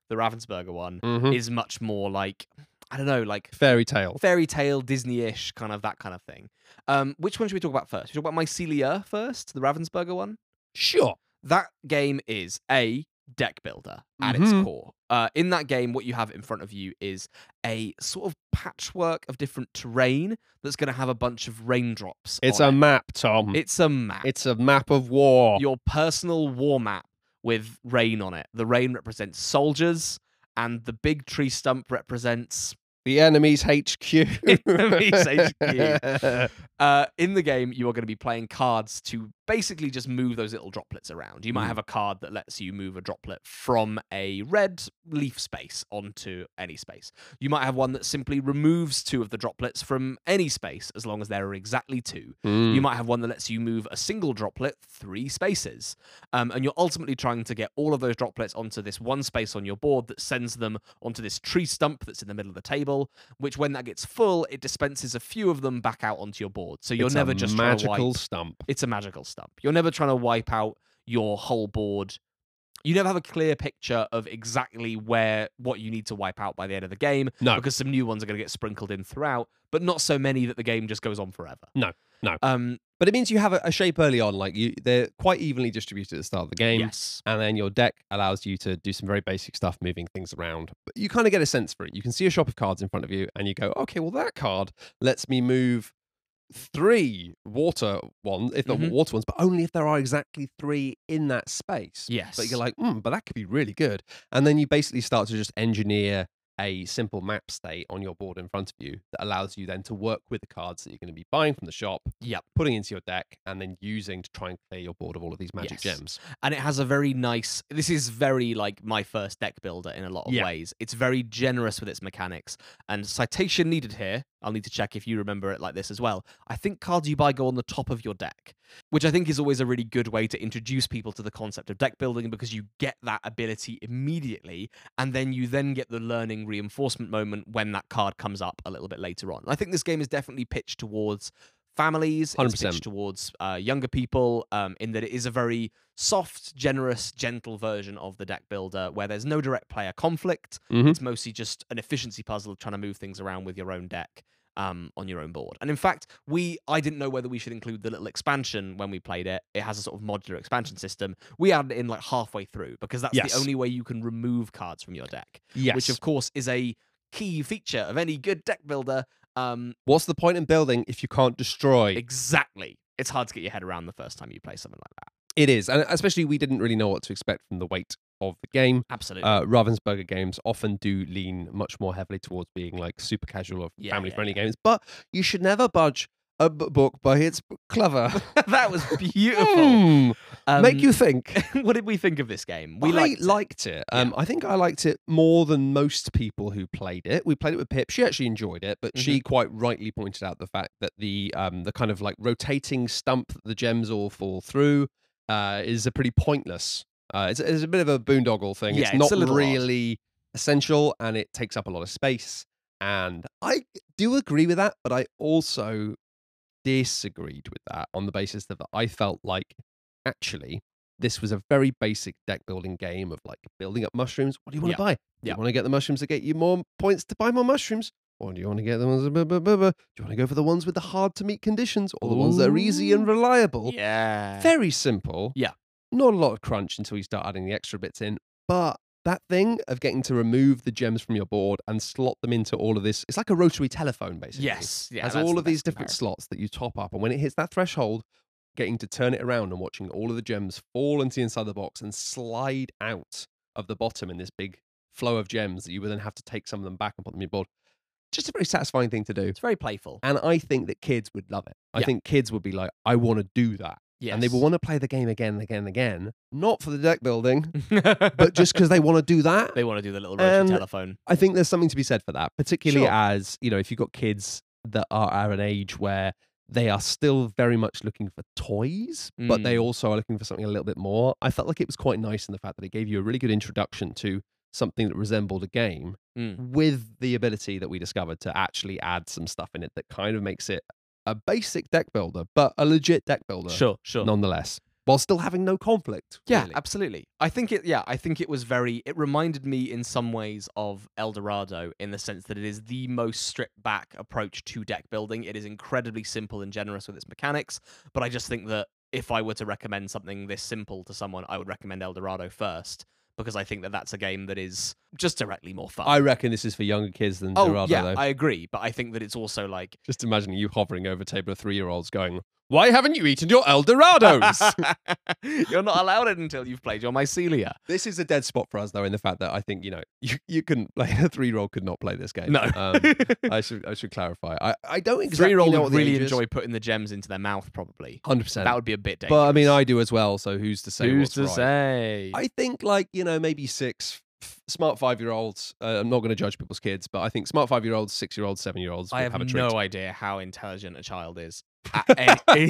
Speaker 2: the Ravensburger one,
Speaker 1: Mhm.
Speaker 2: is much more like I don't know, like
Speaker 1: fairy tale.
Speaker 2: fairy tale, Disney-ish, kind of that kind of thing. Um, which one should we talk about first? Should we talk about mycelia first, the Ravensburger one?
Speaker 1: Sure.
Speaker 2: that game is a deck builder at
Speaker 1: Mhm.
Speaker 2: its core. Uh, in that game, what you have in front of you is a sort of patchwork of different terrain that's going to have a bunch of raindrops.
Speaker 1: It's a
Speaker 2: on
Speaker 1: map, Tom.
Speaker 2: it. it's a map.
Speaker 1: It's a map of war.
Speaker 2: your personal war map with rain on it. The rain represents soldiers, and the big tree stump represents
Speaker 1: The enemy's HQ.
Speaker 2: Enemy's HQ. Uh, in the game, you are going to be playing cards to basically just move those little droplets around. You might
Speaker 1: Mm.
Speaker 2: have a card that lets you move a droplet from a red leaf space onto any space. You might have one that simply removes two of the droplets from any space as long as there are exactly two.
Speaker 1: Mm.
Speaker 2: You might have one that lets you move a single droplet three spaces. Um, and you're ultimately trying to get all of those droplets onto this one space on your board that sends them onto this tree stump that's in the middle of the table, which when that gets full, it dispenses a few of them back out onto your board. So you're
Speaker 1: It's a
Speaker 2: never just trying to
Speaker 1: magical
Speaker 2: wipe.
Speaker 1: stump.
Speaker 2: It's a magical stump. You're never trying to wipe out your whole board. You never have a clear picture of exactly where what you need to wipe out by the end of the game
Speaker 1: No,
Speaker 2: because some new ones are going to get sprinkled in throughout, but not so many that the game just goes on forever.
Speaker 1: No, no.
Speaker 2: Um,
Speaker 1: but it means you have a, a shape early on. Like you, they're quite evenly distributed at the start of the game.
Speaker 2: Yes.
Speaker 1: and then your deck allows you to do some very basic stuff, moving things around. But you kind of get a sense for it. You can see a shop of cards in front of you, and you go, okay, well, that card lets me move three water ones, if not
Speaker 2: Mhm.
Speaker 1: water ones, but only if there are exactly three in that space.
Speaker 2: Yes.
Speaker 1: But you're like, hmm, but that could be really good. And then you basically start to just engineer a simple map state on your board in front of you that allows you then to work with the cards that you're going to be buying from the shop,
Speaker 2: Yep.
Speaker 1: putting into your deck, and then using to try and clear your board of all of these magic
Speaker 2: Yes.
Speaker 1: gems.
Speaker 2: and it has a very nice this is very like my first deck builder in a lot of
Speaker 1: Yeah.
Speaker 2: ways it's very generous with its mechanics and citation needed here i'll need to check if you remember it like this as well i think cards you buy go on the top of your deck which i think is always a really good way to introduce people to the concept of deck building because you get that ability immediately and then you then get the learning reinforcement moment when that card comes up a little bit later on i think this game is definitely pitched towards families it's
Speaker 1: 100%.
Speaker 2: pitched towards uh, younger people um, in that it is a very soft, generous, gentle version of the deck builder where there's no direct player conflict.
Speaker 1: Mhm.
Speaker 2: It's mostly just an efficiency puzzle of trying to move things around with your own deck um, on your own board. And in fact, we I didn't know whether we should include the little expansion when we played it. It has a sort of modular expansion system. We added it in like halfway through because that's
Speaker 1: Yes.
Speaker 2: the only way you can remove cards from your deck,
Speaker 1: Yes.
Speaker 2: which of course is a key feature of any good deck builder. Um,
Speaker 1: What's the point in building if you can't destroy?
Speaker 2: exactly. It's hard to get your head around the first time you play something like that.
Speaker 1: It is, and especially we didn't really know what to expect from the weight of the game.
Speaker 2: Absolutely.
Speaker 1: Uh, Ravensburger games often do lean much more heavily towards being like super casual or
Speaker 2: Yeah,
Speaker 1: family
Speaker 2: yeah,
Speaker 1: friendly games, but you should never budge a b- book by its b- cover.
Speaker 2: that was beautiful.
Speaker 1: Hmm, Make
Speaker 2: Um,
Speaker 1: you think.
Speaker 2: what did we think of this game?
Speaker 1: We
Speaker 2: We
Speaker 1: I liked
Speaker 2: liked
Speaker 1: it. Um, I think I liked it more than most people who played it. We played it with Pip. She actually enjoyed it, but she
Speaker 2: Mm-hmm.
Speaker 1: quite rightly pointed out the fact that the um, the kind of like rotating stump that the gems all fall through uh, is a pretty pointless. Uh, it's, it's a bit of a boondoggle thing.
Speaker 2: Yeah,
Speaker 1: it's
Speaker 2: it's
Speaker 1: not
Speaker 2: a little odd.
Speaker 1: really essential, and it takes up a lot of space. And I do agree with that, but I also disagreed with that on the basis that I felt like actually this was a very basic deck building game of like building up mushrooms. What do you want
Speaker 2: Yeah.
Speaker 1: to buy? Do
Speaker 2: Yeah.
Speaker 1: you want to get the mushrooms that get you more points to buy more mushrooms? Or do you want to get the ones? that blah, blah, blah, blah? Do you want to go for the ones with the hard to meet conditions or the ones that are easy and
Speaker 2: Ooh.
Speaker 1: reliable?
Speaker 2: Yeah.
Speaker 1: Very simple.
Speaker 2: Yeah.
Speaker 1: Not a lot of crunch until you start adding the extra bits in. But that thing of getting to remove the gems from your board and slot them into all of this, it's like a rotary telephone, basically.
Speaker 2: Yes. Yeah.
Speaker 1: has
Speaker 2: that's
Speaker 1: all
Speaker 2: the
Speaker 1: of these
Speaker 2: best
Speaker 1: different
Speaker 2: comparison.
Speaker 1: slots that you top up. And when it hits that threshold, getting to turn it around and watching all of the gems fall into the inside of the box and slide out of the bottom in this big flow of gems that you would then have to take some of them back and put them in your board. Just a very satisfying thing to do.
Speaker 2: It's very playful.
Speaker 1: And I think that kids would love it. I
Speaker 2: Yeah.
Speaker 1: think kids would be like, I want to do that
Speaker 2: Yes.
Speaker 1: and they will want to play the game again and again and again, not for the deck building,
Speaker 2: but
Speaker 1: but just because they want to do that.
Speaker 2: they want to do the little rotary
Speaker 1: And-
Speaker 2: telephone.
Speaker 1: I think there's something to be said for that, particularly
Speaker 2: Sure.
Speaker 1: as you know, if you've got kids that are at an age where they are still very much looking for toys, but
Speaker 2: Mm.
Speaker 1: they also are looking for something a little bit more. I felt like it was quite nice in the fact that it gave you a really good introduction to something that resembled a game
Speaker 2: Mm.
Speaker 1: with the ability that we discovered to actually add some stuff in it that kind of makes it a basic deck builder, but a legit deck builder
Speaker 2: Sure. Sure.
Speaker 1: nonetheless, while still having no conflict.
Speaker 2: Yeah,
Speaker 1: really.
Speaker 2: absolutely. I think it. Yeah, I think it was very. It reminded me in some ways of El Dorado in the sense that it is the most stripped back approach to deck building. It is incredibly simple and generous with its mechanics, but I just think that if I were to recommend something this simple to someone, I would recommend El Dorado first because I think that that's a game that is just directly more fun.
Speaker 1: I reckon this is for younger kids than
Speaker 2: oh
Speaker 1: Dorado,
Speaker 2: yeah,
Speaker 1: though.
Speaker 2: I agree, but I think that it's also like
Speaker 1: Just imagining you hovering over a table of three year olds going, Why haven't you eaten your El Dorados?
Speaker 2: you're not allowed it until you've played your mycelia.
Speaker 1: this is a dead spot for us, though, in the fact that I think, you know, you, you couldn't play, a three year old could not play this game.
Speaker 2: No.
Speaker 1: Um, I, should, I should clarify. I, I don't exactly
Speaker 2: Three-year-old
Speaker 1: know what
Speaker 2: would
Speaker 1: the
Speaker 2: really
Speaker 1: age is.
Speaker 2: enjoy putting the gems into their mouth, probably.
Speaker 1: 100%.
Speaker 2: That would be a bit dangerous.
Speaker 1: but I mean, I do as well. So who's to say?
Speaker 2: who's
Speaker 1: what's
Speaker 2: to
Speaker 1: right?
Speaker 2: say?
Speaker 1: I think like you know maybe six f- smart five year olds. Uh, I'm not going to judge people's kids, but I think smart five year olds, six year olds, seven year olds.
Speaker 2: I have,
Speaker 1: a treat.
Speaker 2: no idea how intelligent a child is. At any-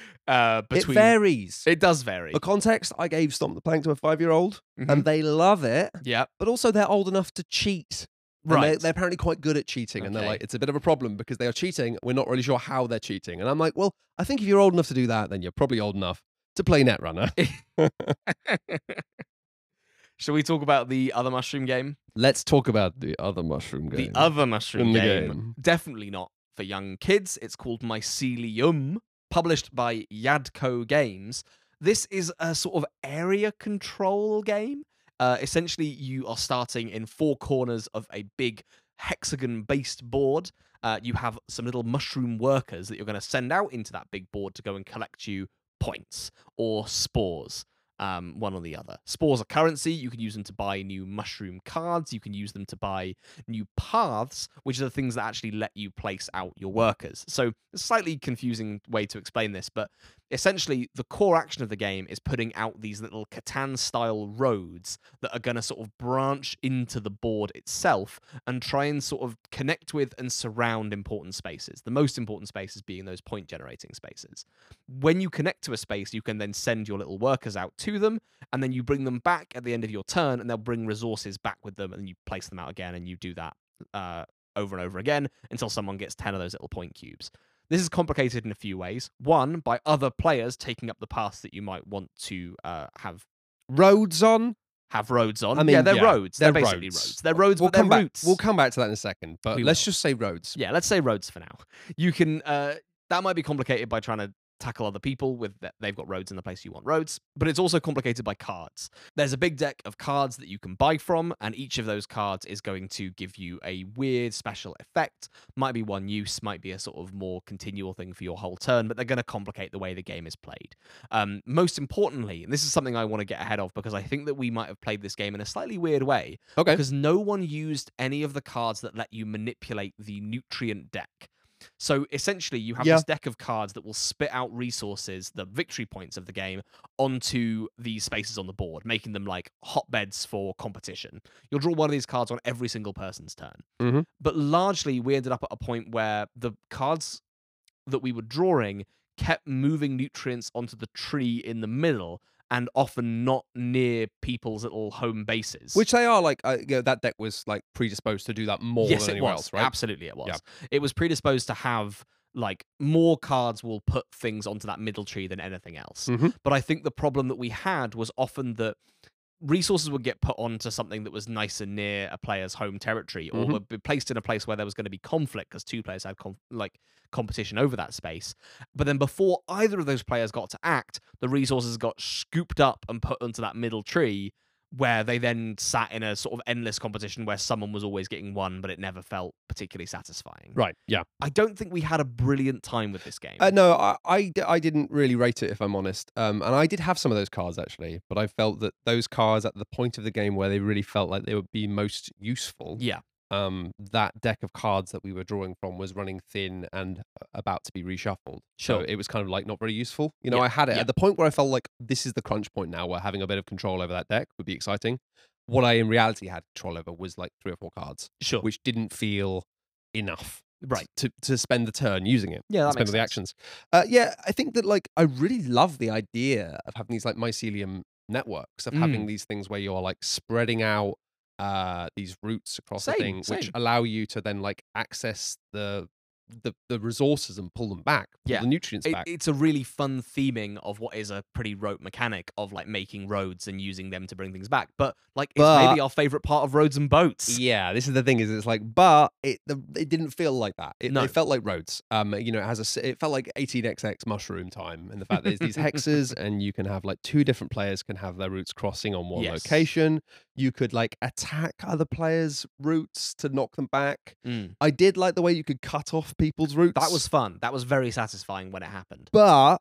Speaker 2: uh, between
Speaker 1: It varies.
Speaker 2: It does vary.
Speaker 1: For context, I gave Stomp the Plank to a five year old,
Speaker 2: Mhm.
Speaker 1: and they love it,
Speaker 2: yeah,
Speaker 1: but also they're old enough to cheat. And
Speaker 2: right.
Speaker 1: They're, they're apparently quite good at cheating, and they're
Speaker 2: Okay.
Speaker 1: like, it's a bit of a problem because they are cheating. We're not really sure how they're cheating. And I'm like, well, I think if you're old enough to do that, then you're probably old enough to play Netrunner.
Speaker 2: Shall we talk about the other mushroom game?
Speaker 1: Let's talk about the other mushroom game.
Speaker 2: The other mushroom
Speaker 1: in the
Speaker 2: game.
Speaker 1: game.
Speaker 2: Definitely not for young kids. It's called Mycelium, published by Yadco Games. This is a sort of area control game. Uh, essentially, you are starting in four corners of a big hexagon based board. Uh, you have some little mushroom workers that you're going to send out into that big board to go and collect you points or spores um, one or the other. Spores are currency. You can use them to buy new mushroom cards. You can use them to buy new paths, which are the things that actually let you place out your workers. So, a slightly confusing way to explain this, but essentially, the core action of the game is putting out these little Catan style roads that are going to sort of branch into the board itself and try and sort of connect with and surround important spaces. The most important spaces being those point generating spaces when you connect to a space, you can then send your little workers out to them, and then you bring them back at the end of your turn, and they'll bring resources back with them, and you place them out again, and you do that uh, over and over again until someone gets 10 of those little point cubes. This is complicated in a few ways. One, by other players taking up the paths that you might want to uh, have
Speaker 1: Roads on.
Speaker 2: have roads on.
Speaker 1: I mean,
Speaker 2: yeah, they're
Speaker 1: yeah,
Speaker 2: roads. They're,
Speaker 1: they're
Speaker 2: basically roads.
Speaker 1: roads.
Speaker 2: They're roads,
Speaker 1: We'll
Speaker 2: but they're
Speaker 1: come back.
Speaker 2: routes.
Speaker 1: We'll come back to that in a second, but
Speaker 2: We
Speaker 1: let's
Speaker 2: will.
Speaker 1: just say roads.
Speaker 2: Yeah, let's say roads for now. You can uh, that might be complicated by trying to tackle other people with that they've got roads in the place you want roads, but it's also complicated by cards. There's a big deck of cards that you can buy from, and each of those cards is going to give you a weird special effect. Might be one use, might be a sort of more continual thing for your whole turn, but they're going to complicate the way the game is played. Um, most importantly, and this is something I want to get ahead of because I think that we might have played this game in a slightly weird way
Speaker 1: Okay.
Speaker 2: because no one used any of the cards that let you manipulate the nutrient deck. So essentially, you have
Speaker 1: Yeah.
Speaker 2: this deck of cards that will spit out resources, the victory points of the game, onto the spaces on the board, making them like hotbeds for competition. You'll draw one of these cards on every single person's turn.
Speaker 1: Mhm.
Speaker 2: But largely, we ended up at a point where the cards that we were drawing kept moving nutrients onto the tree in the middle and often not near people's little home bases.
Speaker 1: Which they are like uh, you know, that deck was like predisposed to do that more
Speaker 2: yes,
Speaker 1: than
Speaker 2: it
Speaker 1: anywhere
Speaker 2: was.
Speaker 1: else, right?
Speaker 2: Absolutely, it was. It was predisposed to have like more cards will put things onto that middle tree than anything else.
Speaker 1: Mhm.
Speaker 2: But I think the problem that we had was often that resources would get put onto something that was nice and near a player's home territory or
Speaker 1: Mhm.
Speaker 2: would be placed in a place where there was going to be conflict because two players had conf- like competition over that space but then before either of those players got to act the resources got scooped up and put onto that middle tree where they then sat in a sort of endless competition where someone was always getting one but it never felt particularly satisfying
Speaker 1: Right. Yeah.
Speaker 2: i don't think we had a brilliant time with this game
Speaker 1: Uh, no, I, I, d- I didn't really rate it, if I'm honest. Um, and I did have some of those cards actually, but I felt that those cards at the point of the game where they really felt like they would be most useful,
Speaker 2: yeah
Speaker 1: um, that deck of cards that we were drawing from was running thin and uh, about to be reshuffled. So
Speaker 2: Sure.
Speaker 1: it was kind of like not very useful. You know,
Speaker 2: Yeah,
Speaker 1: I had it
Speaker 2: yeah.
Speaker 1: at the point where I felt like this is the crunch point now where having a bit of control over that deck would be exciting. What I in reality had control over was like three or four cards,
Speaker 2: sure
Speaker 1: which didn't feel enough
Speaker 2: right
Speaker 1: to, to spend the turn using it
Speaker 2: yeah that
Speaker 1: spend
Speaker 2: makes
Speaker 1: all the
Speaker 2: sense.
Speaker 1: actions. Uh, yeah, I think that like I really love the idea of having these like mycelium networks of having
Speaker 2: Mm.
Speaker 1: these things where you are like spreading out uh, these roots across the
Speaker 2: Same,
Speaker 1: thing, which
Speaker 2: same.
Speaker 1: allow you to then like access the the, the resources and pull them back, pull
Speaker 2: Yeah.
Speaker 1: the nutrients
Speaker 2: It-
Speaker 1: back.
Speaker 2: it's a really fun theming of what is a pretty rote mechanic of like making roads and using them to bring things back. But like, it's
Speaker 1: But-
Speaker 2: maybe our favorite part of roads and boats.
Speaker 1: Yeah, this is the thing is it's like, but it the, it didn't feel like that. It,
Speaker 2: No.
Speaker 1: it felt like roads. Um, you know, it has a s- it felt like 18xx mushroom time, and the fact that it's these hexes, and you can have like two different players can have their routes crossing on one
Speaker 2: Yes.
Speaker 1: location. You could like attack other players' routes to knock them back.
Speaker 2: Mm.
Speaker 1: I did like the way you could cut off people's routes.
Speaker 2: That was fun. That was very satisfying when it happened.
Speaker 1: but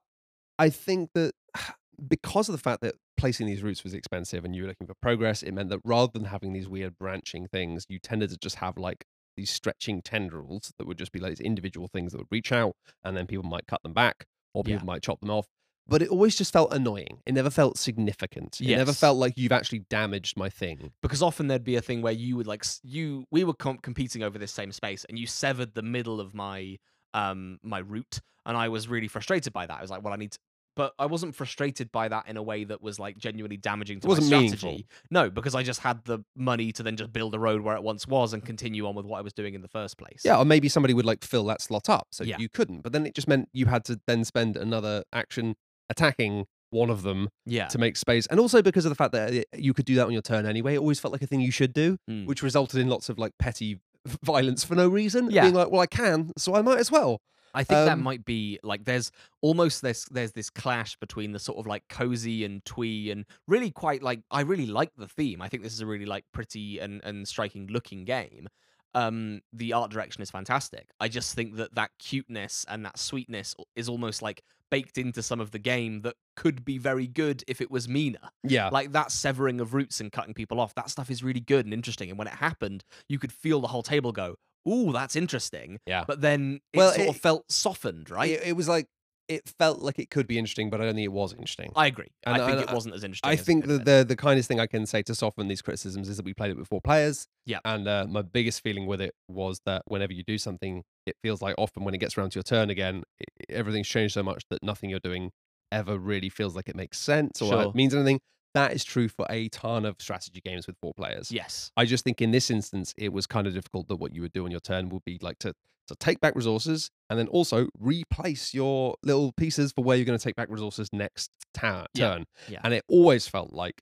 Speaker 1: I think that because of the fact that placing these routes was expensive and you were looking for progress, it meant that rather than having these weird branching things, you tended to just have like these stretching tendrils that would just be like these individual things that would reach out and then people might cut them back or people
Speaker 2: Yeah.
Speaker 1: might chop them off. But it always just felt annoying. It never felt significant. It never
Speaker 2: Yes.
Speaker 1: felt like you've actually damaged my thing.
Speaker 2: Because often there'd be a thing where you would like s- you we were com- competing over this same space and you severed the middle of my um my route and I was really frustrated by that. I was like, well, I need to but I wasn't frustrated by that in a way that was like genuinely damaging to
Speaker 1: It wasn't
Speaker 2: my
Speaker 1: meaningful.
Speaker 2: strategy. No, because I just had the money to then just build a road where it once was and continue on with what I was doing in the first place.
Speaker 1: Yeah, or maybe somebody would like fill that slot up, so
Speaker 2: Yeah.
Speaker 1: you couldn't. But then it just meant you had to then spend another action attacking one of them
Speaker 2: Yeah.
Speaker 1: to make space. And also because of the fact that it- you could do that on your turn anyway, it always felt like a thing you should do,
Speaker 2: Mm.
Speaker 1: which resulted in lots of like petty violence for no reason.
Speaker 2: Yeah.
Speaker 1: Being like, well, I can, so I might as well.
Speaker 2: I think that
Speaker 1: um,
Speaker 2: might be like there's almost this there's this clash between the sort of like cozy and twee and really quite like I really like the theme. I think this is a really like pretty and and striking looking game. Um the art direction is fantastic. I just think that that cuteness and that sweetness is almost like baked into some of the game that could be very good if it was meaner.
Speaker 1: Yeah.
Speaker 2: like that severing of roots and cutting people off that stuff is really good and interesting and when it happened you could feel the whole table go ooh that's interesting
Speaker 1: Yeah.
Speaker 2: but then it
Speaker 1: Well,
Speaker 2: sort
Speaker 1: it-
Speaker 2: of felt softened right
Speaker 1: It, it was like it felt like it could be interesting, but I don't think it was interesting.
Speaker 2: i agree
Speaker 1: And-
Speaker 2: i think
Speaker 1: and
Speaker 2: it
Speaker 1: I-
Speaker 2: wasn't as interesting
Speaker 1: I
Speaker 2: as it
Speaker 1: think
Speaker 2: could have
Speaker 1: that
Speaker 2: been.
Speaker 1: the the kindest thing I can say to soften these criticisms is that we played it with four players.
Speaker 2: Yeah.
Speaker 1: And uh, my biggest feeling with it was that whenever you do something, it feels like often when it gets around to your turn again, i everything's changed so much that nothing you're doing ever really feels like it makes sense or uh,
Speaker 2: Sure.
Speaker 1: means anything. That is true for a ton of strategy games with four players.
Speaker 2: yes
Speaker 1: I just think in this instance, it was kind of difficult that what you would do on your turn would be like to to take back resources and then also replace your little pieces for where you're going to take back resources next ta-
Speaker 2: Yeah,
Speaker 1: turn.
Speaker 2: yeah.
Speaker 1: And it always felt like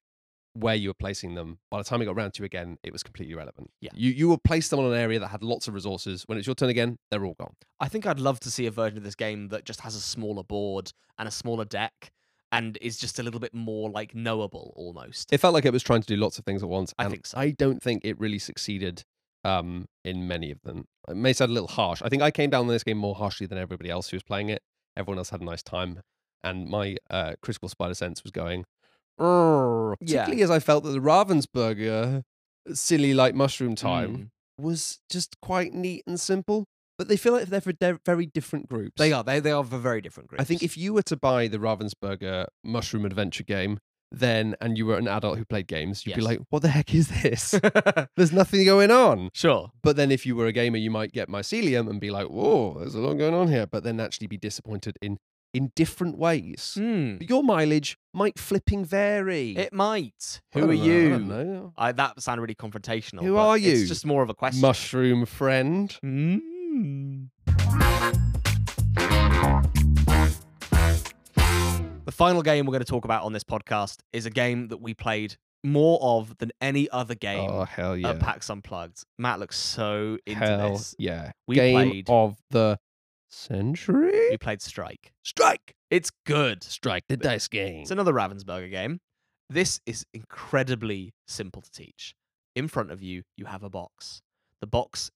Speaker 1: where you were placing them, by the time it got round to you again, it was completely irrelevant.
Speaker 2: Yeah.
Speaker 1: You you were placed them on an area that had lots of resources. When it's your turn again, they're all gone.
Speaker 2: i think i'd love to see a version of this game that just has a smaller board and a smaller deck and is just a little bit more like knowable almost
Speaker 1: It felt like it was trying to do lots of things at once.
Speaker 2: I
Speaker 1: and
Speaker 2: think so.
Speaker 1: I don't think it really succeeded um, in many of them. It may sound a little harsh. I think I came down on this game more harshly than everybody else who was playing it. Everyone else had a nice time, and my uh, critical spider sense was going. "Urgh,"
Speaker 2: Yeah.
Speaker 1: Particularly as I felt that the Ravensburger uh, silly like mushroom time
Speaker 2: Mm.
Speaker 1: was just quite neat and simple. But they feel like they're for de- very different groups.
Speaker 2: they are they, they are v- very different groups
Speaker 1: I think if you were to buy the Ravensburger mushroom adventure game, then and you were an adult who played games, you'd be
Speaker 2: Yes.
Speaker 1: like, "What the heck is this? There's nothing going on."
Speaker 2: sure
Speaker 1: But then if you were a gamer, you might get mycelium and be like, "Whoa, there's a lot going on here," but then actually be disappointed in in different ways.
Speaker 2: Mm.
Speaker 1: Your mileage might flipping vary.
Speaker 2: it might
Speaker 1: I
Speaker 2: who are
Speaker 1: don't know, I
Speaker 2: you
Speaker 1: don't know.
Speaker 2: I, that sounded really confrontational.
Speaker 1: Who
Speaker 2: but
Speaker 1: are you?
Speaker 2: It's just more of a question.
Speaker 1: Mushroom friend.
Speaker 2: Mm. final game we're going to talk about on this podcast is a game that we played more of than any other game
Speaker 1: Oh hell yeah!
Speaker 2: at PAX Unplugged. Matt looks so into
Speaker 1: hell
Speaker 2: this.
Speaker 1: yeah!
Speaker 2: We
Speaker 1: Game
Speaker 2: played
Speaker 1: of the
Speaker 2: we
Speaker 1: century.
Speaker 2: played Strike.
Speaker 1: Strike!
Speaker 2: It's good.
Speaker 1: Strike the dice game.
Speaker 2: It's another Ravensburger game. This is incredibly simple to teach. In front of you, you have a box. The box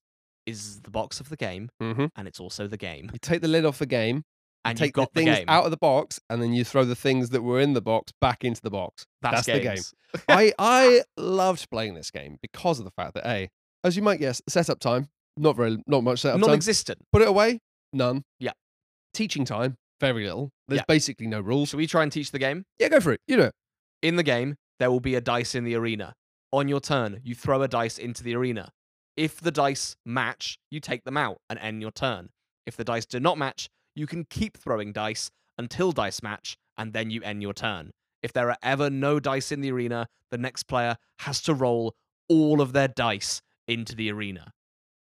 Speaker 2: is the box of the game,
Speaker 1: mm-hmm.
Speaker 2: and it's also the game.
Speaker 1: You take the lid off the game.
Speaker 2: And
Speaker 1: take
Speaker 2: you've got
Speaker 1: the
Speaker 2: the,
Speaker 1: things
Speaker 2: game.
Speaker 1: out of the box, and then you throw the things that were in the box back into the box. that's
Speaker 2: That's,
Speaker 1: the game.
Speaker 2: games.
Speaker 1: I I loved playing this game because of the fact that a, as you might guess, setup time not very not much setup time.
Speaker 2: Non-existent.
Speaker 1: Put it away, none.
Speaker 2: Yeah.
Speaker 1: Teaching time, very little. There's
Speaker 2: Yeah.
Speaker 1: basically no rules.
Speaker 2: Should we try and teach the game?
Speaker 1: Yeah, go for it. You do it.
Speaker 2: In the game, there will be a dice in the arena. On your turn, you throw a dice into the arena. If the dice match, you take them out and end your turn. If the dice do not match, you can keep throwing dice until dice match, and then you end your turn. If there are ever no dice in the arena, the next player has to roll all of their dice into the arena.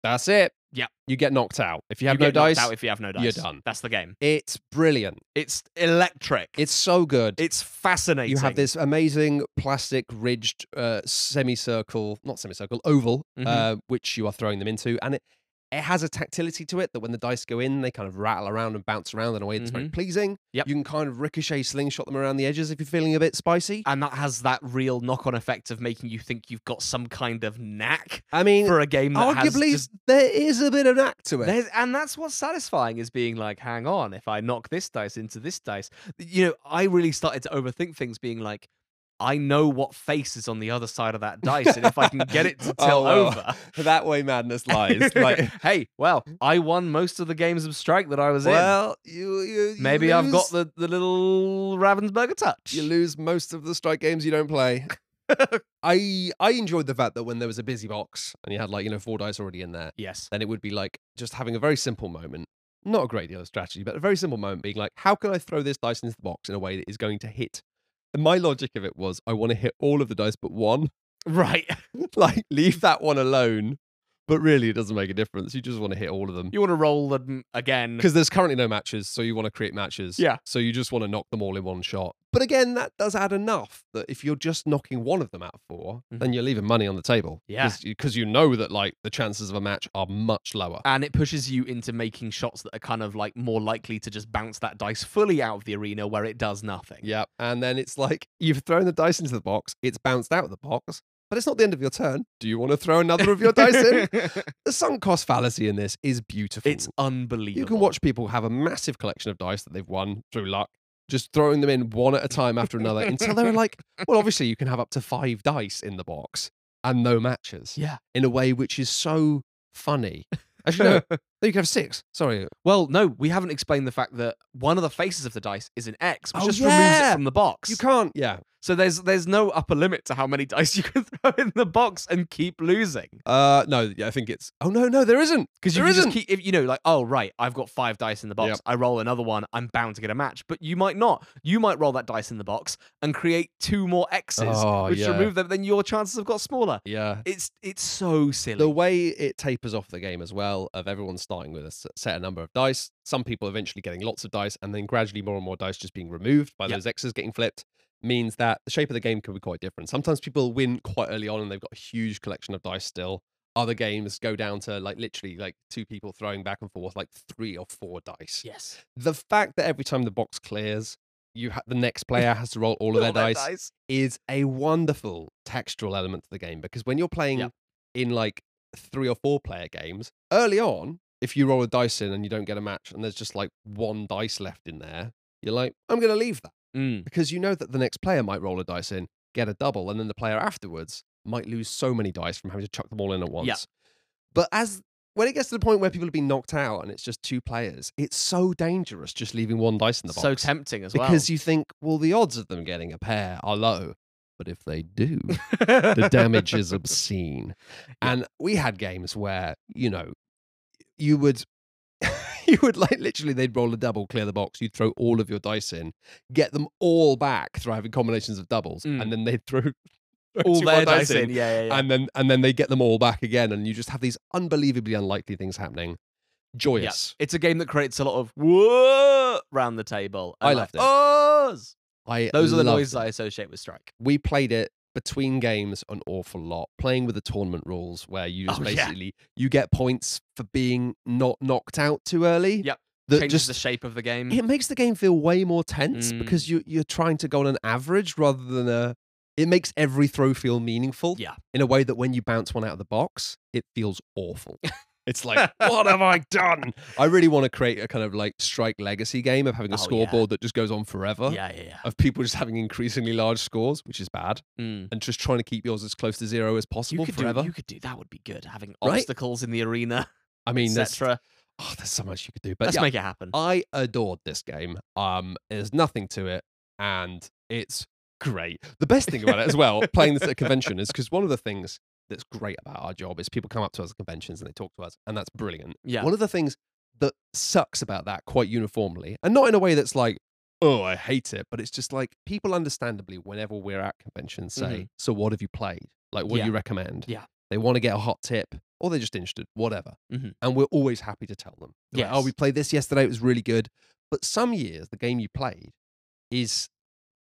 Speaker 1: That's it.
Speaker 2: Yeah.
Speaker 1: You get knocked out if you have
Speaker 2: you
Speaker 1: no
Speaker 2: get knocked
Speaker 1: dice.
Speaker 2: Out if you have no dice,
Speaker 1: you're done.
Speaker 2: That's the game.
Speaker 1: It's brilliant.
Speaker 2: It's electric.
Speaker 1: It's so good.
Speaker 2: it's fascinating.
Speaker 1: you have this amazing plastic ridged uh, semicircle, not semicircle, oval,
Speaker 2: Mhm.
Speaker 1: uh, which you are throwing them into, and it it has a tactility to it that when the dice go in, they kind of rattle around and bounce around in a way that's very pleasing.
Speaker 2: Mm-hmm. Yep.
Speaker 1: You can kind of ricochet, slingshot them around the edges if you're feeling a bit spicy.
Speaker 2: and that has that real knock-on effect of making you think you've got some kind of knack
Speaker 1: I mean,
Speaker 2: for a game that has
Speaker 1: arguably
Speaker 2: just-
Speaker 1: there is a bit of knack to it.
Speaker 2: there's, and that's what's satisfying is being like hang on if i knock this dice into this dice you know i really started to overthink things being like i know what face is on the other side of that dice and if i can get it to
Speaker 1: Oh,
Speaker 2: tilt
Speaker 1: well.
Speaker 2: over
Speaker 1: that way madness lies. like,
Speaker 2: hey well i won most of the games of strike that i was
Speaker 1: well, you, you, you
Speaker 2: in maybe i've got
Speaker 1: lose-
Speaker 2: the, the little ravensburger touch
Speaker 1: You lose most of the strike games you don't play. I I enjoyed the fact that when there was a busy box and you had like you know four dice already in there,
Speaker 2: yes
Speaker 1: then it would be like just having a very simple moment, not a great deal of strategy, but a very simple moment, being like, how can I throw this dice into the box in a way that is going to hit? And my logic of it was, I want to hit all of the dice but one.
Speaker 2: right
Speaker 1: like leave that one alone. But really, it doesn't make a difference. You just want to hit all of them
Speaker 2: you want to roll them again
Speaker 1: because there's currently no matches, so you want to create matches.
Speaker 2: Yeah.
Speaker 1: So you just want to knock them all in one shot. But again, that does add enough that if you're just knocking one of them out of 4 then you're leaving money on the table.
Speaker 2: Mm-hmm. Yeah.
Speaker 1: Because you know that like the chances of a match are much lower.
Speaker 2: and it pushes you into making shots that are kind of like more likely to just bounce that dice fully out of the arena where it does nothing.
Speaker 1: Yep. And then it's like you've thrown the dice into the box, it's bounced out of the box, but it's not the end of your turn. Do you want to throw another of your dice in? The sunk cost fallacy in this is beautiful.
Speaker 2: it's unbelievable.
Speaker 1: You can watch people have a massive collection of dice that they've won through luck, just throwing them in one at a time after another until they're like, well, obviously you can have up to five dice in the box and no matches
Speaker 2: Yeah.
Speaker 1: in a way which is so funny. Actually, no, no, you can have six. Sorry.
Speaker 2: Well, no, we haven't explained the fact that one of the faces of the dice is an X, which
Speaker 1: Oh,
Speaker 2: just removes
Speaker 1: yeah.
Speaker 2: it from the box.
Speaker 1: You can't. Yeah.
Speaker 2: so there's there's no upper limit to how many dice you can throw in the box and keep losing.
Speaker 1: Uh, no, yeah, I think it's. Oh, no, no, there isn't.
Speaker 2: Because you
Speaker 1: There
Speaker 2: can just
Speaker 1: isn't.
Speaker 2: keep, if you know, like, oh right, I've got five dice in the box.
Speaker 1: Yep.
Speaker 2: I roll another one, I'm bound to get a match. But you might not. You might roll that dice in the box and create two more X's,
Speaker 1: Oh,
Speaker 2: which
Speaker 1: yeah.
Speaker 2: remove them. Then your chances have got smaller.
Speaker 1: Yeah.
Speaker 2: It's it's so silly.
Speaker 1: The way it tapers off the game as well, of everyone starting with a s- set number of dice, some people eventually getting lots of dice, and then gradually more and more dice just being removed by
Speaker 2: Yeah.
Speaker 1: those X's getting flipped, means that the shape of the game can be quite different. Sometimes people win quite early on and they've got a huge collection of dice still. Other games go down to like literally like two people throwing back and forth like three or four dice.
Speaker 2: yes,
Speaker 1: The fact that every time the box clears, you ha- the next player has to roll all of their
Speaker 2: All
Speaker 1: dice is a wonderful textural element to the game because when you're playing
Speaker 2: Yep.
Speaker 1: in like three or four player games, early on, if you roll a dice in and you don't get a match and there's just like one dice left in there, you're like, I'm going to leave that
Speaker 2: Mm.
Speaker 1: because you know that the next player might roll a dice in, get a double, and then the player afterwards might lose so many dice from having to chuck them all in at once. But as when it gets to the point where people have been knocked out and it's just two players, it's so dangerous just leaving one dice in the box
Speaker 2: So tempting as well.
Speaker 1: because you think, well, the odds of them getting a pair are low, but if they do, the damage is obscene. And we had games where you know you would. You would like literally, they'd roll a double, clear the box. You'd throw all of your dice in, get them all back through having combinations of doubles,
Speaker 2: Mm.
Speaker 1: and then they'd throw throw
Speaker 2: all
Speaker 1: two more
Speaker 2: their dice in. Yeah, yeah, yeah.
Speaker 1: and then and then they get them all back again, and you just have these unbelievably unlikely things happening.
Speaker 2: Yeah.
Speaker 1: Joyous,
Speaker 2: It's a game that creates a lot of whoa round the table.
Speaker 1: I
Speaker 2: love
Speaker 1: loved it.
Speaker 2: Ohs!
Speaker 1: I
Speaker 2: Those are the
Speaker 1: love
Speaker 2: noises
Speaker 1: them.
Speaker 2: I associate with Strike.
Speaker 1: we played it between games an awful lot playing with the tournament rules where you just
Speaker 2: Oh, yeah.
Speaker 1: basically you get points for being not knocked out too early
Speaker 2: Yep.
Speaker 1: that
Speaker 2: Changes
Speaker 1: just
Speaker 2: the shape of the Mm. game.
Speaker 1: it makes the game feel way more tense because you you're trying to go on an average rather than a it makes every throw feel meaningful
Speaker 2: Yeah.
Speaker 1: in a way that when you bounce one out of the box it feels awful it's like what have i done i really want to create a kind of like strike legacy game of having a
Speaker 2: Oh, yeah.
Speaker 1: scoreboard that just goes on forever
Speaker 2: Yeah, yeah,
Speaker 1: of people just having increasingly large scores which is bad
Speaker 2: yeah. Mm.
Speaker 1: and just trying to keep yours as close to zero as possible
Speaker 2: You could
Speaker 1: forever.
Speaker 2: do. You could do. That would be good. Having
Speaker 1: Right?
Speaker 2: obstacles in the arena,
Speaker 1: I mean, there's,
Speaker 2: etc.
Speaker 1: oh, there's so much you could do, but
Speaker 2: Let's
Speaker 1: yeah, Uh,
Speaker 2: make it happen.
Speaker 1: I adored this game. Um, there's nothing to it, and it's great. The best thing about it as well, playing this at a convention, is because one of the things that's great about our job is people come up to us at conventions and they talk to us, and that's brilliant.
Speaker 2: yeah.
Speaker 1: One of the things that sucks about that quite uniformly, and not in a way that's like, oh, I hate it, but it's just like people understandably, whenever we're at conventions, say,
Speaker 2: Mhm.
Speaker 1: so what have you played? Like, what
Speaker 2: Yeah.
Speaker 1: do you recommend?
Speaker 2: Yeah.
Speaker 1: They want to get a hot tip or they're just interested, whatever.
Speaker 2: Mhm.
Speaker 1: And we're always happy to tell them. They're Like, oh,
Speaker 2: Yes.
Speaker 1: we played this yesterday. It was really good. But some years, the game you played is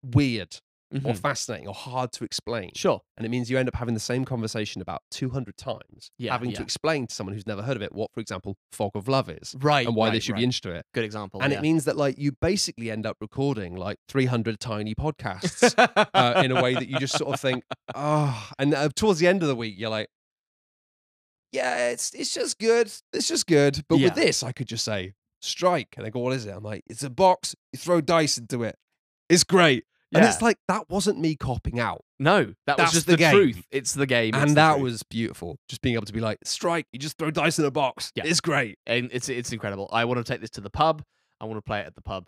Speaker 1: weird or
Speaker 2: Mhm.
Speaker 1: fascinating or hard to explain.
Speaker 2: Sure.
Speaker 1: And it means you end up having the same conversation about 200 times,
Speaker 2: Yeah,
Speaker 1: having
Speaker 2: yeah.
Speaker 1: to explain to someone who's never heard of it what, for example, Fog of Love is
Speaker 2: Right.
Speaker 1: and why they
Speaker 2: right,
Speaker 1: should
Speaker 2: right.
Speaker 1: be into it.
Speaker 2: Good example.
Speaker 1: And
Speaker 2: yeah.
Speaker 1: it means that, like, you basically end up recording like 300 tiny podcasts uh, in a way that you just sort of think, oh. And uh, towards the end of the week, you're like, yeah, it's it's just good. It's just good. But
Speaker 2: Yeah.
Speaker 1: with this, I could just say strike, and they go, what is it? I'm like, it's a box. You throw dice into it. It's great. And
Speaker 2: Yeah.
Speaker 1: it's like that wasn't me copping out,
Speaker 2: no, that was
Speaker 1: That's
Speaker 2: just
Speaker 1: the
Speaker 2: the,
Speaker 1: game.
Speaker 2: truth. It's the game. it's
Speaker 1: and
Speaker 2: the
Speaker 1: that
Speaker 2: truth.
Speaker 1: was beautiful. Just being able to be like, strike. You just throw dice in a box.
Speaker 2: Yeah.
Speaker 1: It's great.
Speaker 2: and it's it's incredible. I want to take this to the pub. I want to play it at the pub.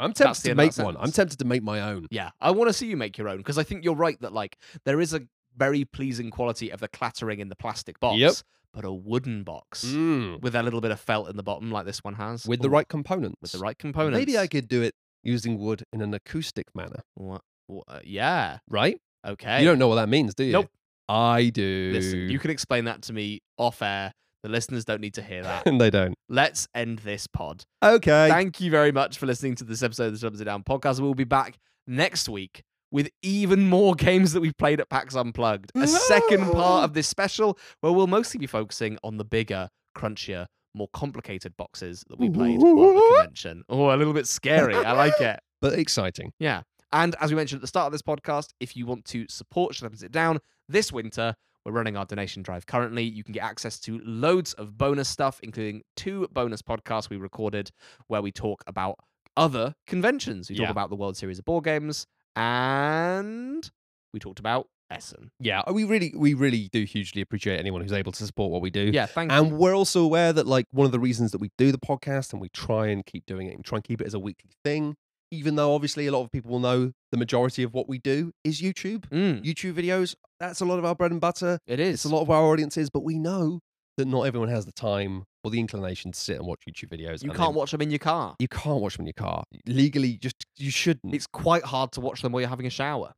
Speaker 1: I'm
Speaker 2: That's
Speaker 1: tempted
Speaker 2: the
Speaker 1: to
Speaker 2: end of
Speaker 1: make
Speaker 2: that
Speaker 1: one. I'm
Speaker 2: sentence.
Speaker 1: tempted to make my own.
Speaker 2: Yeah, I want to see you make your own because I think you're right that like there is a very pleasing quality of the clattering in the plastic box,
Speaker 1: Yep. Mm.
Speaker 2: but a wooden box with a little bit of felt in the bottom, like this one has,
Speaker 1: With the
Speaker 2: Mm, Ooh,
Speaker 1: right components.
Speaker 2: with the right components.
Speaker 1: Maybe I could do it using wood in an acoustic manner,
Speaker 2: Wha- wha- uh, yeah.
Speaker 1: right?
Speaker 2: Okay.
Speaker 1: You don't know what that means, do you?
Speaker 2: Nope.
Speaker 1: I do.
Speaker 2: Listen, you can explain that to me off air. The listeners don't need to hear that.
Speaker 1: and they don't.
Speaker 2: Let's end this pod.
Speaker 1: Okay.
Speaker 2: Thank you very much for listening to this episode of the Subs It Down podcast. We'll be back next week with even more games that we've played at PAX Unplugged. A second part of this special where we'll mostly be focusing on the bigger, crunchier, more complicated boxes that we played while at the convention. Oh, a little bit scary. I like it.
Speaker 1: but exciting.
Speaker 2: Yeah. And as we mentioned at the start of this podcast, if you want to support Shut Up and Sit Down this winter, we're running our donation drive currently. You can get access to loads of bonus stuff, including two bonus podcasts we recorded where we talk about other conventions. We talk
Speaker 1: Yeah.
Speaker 2: about the World Series of Board Games and we talked about Essen.
Speaker 1: Yeah. We really, we really do hugely appreciate anyone who's able to support what we do.
Speaker 2: Yeah, thank you.
Speaker 1: And we're also aware that, like, one of the reasons that we do the podcast and we try and keep doing it and try and keep it as a weekly thing, even though obviously a lot of people will know the majority of what we do is YouTube.
Speaker 2: Mm,
Speaker 1: YouTube videos, that's a lot of our bread and butter.
Speaker 2: it is.
Speaker 1: It's a lot of our audience is, but we know that not everyone has the time or the inclination to sit and watch YouTube videos.
Speaker 2: You
Speaker 1: and
Speaker 2: can't
Speaker 1: they-
Speaker 2: watch them in your car.
Speaker 1: you can't watch them in your car. Legally, you just you shouldn't.
Speaker 2: It's quite hard to watch them while you're having a shower.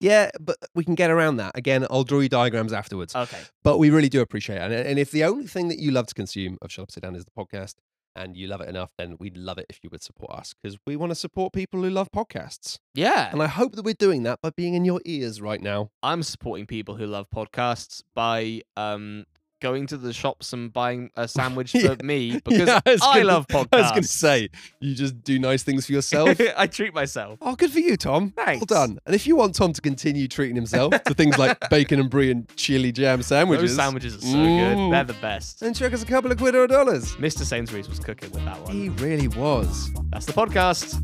Speaker 1: yeah, but we can get around that. Again, I'll draw you diagrams afterwards.
Speaker 2: Okay.
Speaker 1: But we really do appreciate it. And, and if the only thing that you love to consume of Shut Up Sit Down is the podcast, and you love it enough, then we'd love it if you would support us because we want to support people who love podcasts.
Speaker 2: Yeah.
Speaker 1: And I hope that we're doing that by being in your ears right now.
Speaker 2: I'm supporting people who love podcasts by um going to the shops and buying a sandwich for
Speaker 1: Yeah.
Speaker 2: me because
Speaker 1: Yeah, was
Speaker 2: I
Speaker 1: gonna-
Speaker 2: love
Speaker 1: I was going to
Speaker 2: podcasts.
Speaker 1: say, you just do nice things for yourself.
Speaker 2: I treat myself.
Speaker 1: Oh, good for you, Tom.
Speaker 2: Thanks.
Speaker 1: Well done. And if you want Tom to continue treating himself to things like bacon and brie and chili jam sandwiches,
Speaker 2: Those sandwiches are so
Speaker 1: Mm.
Speaker 2: good. They're the best.
Speaker 1: then check us a couple of quid or dollars.
Speaker 2: Mr. Sainsbury's was cooking with that one.
Speaker 1: He really was.
Speaker 2: That's the podcast.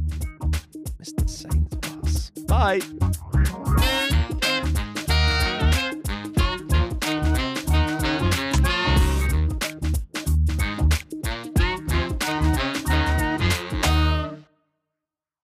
Speaker 1: Mr. Sainsbury's.
Speaker 2: Bye.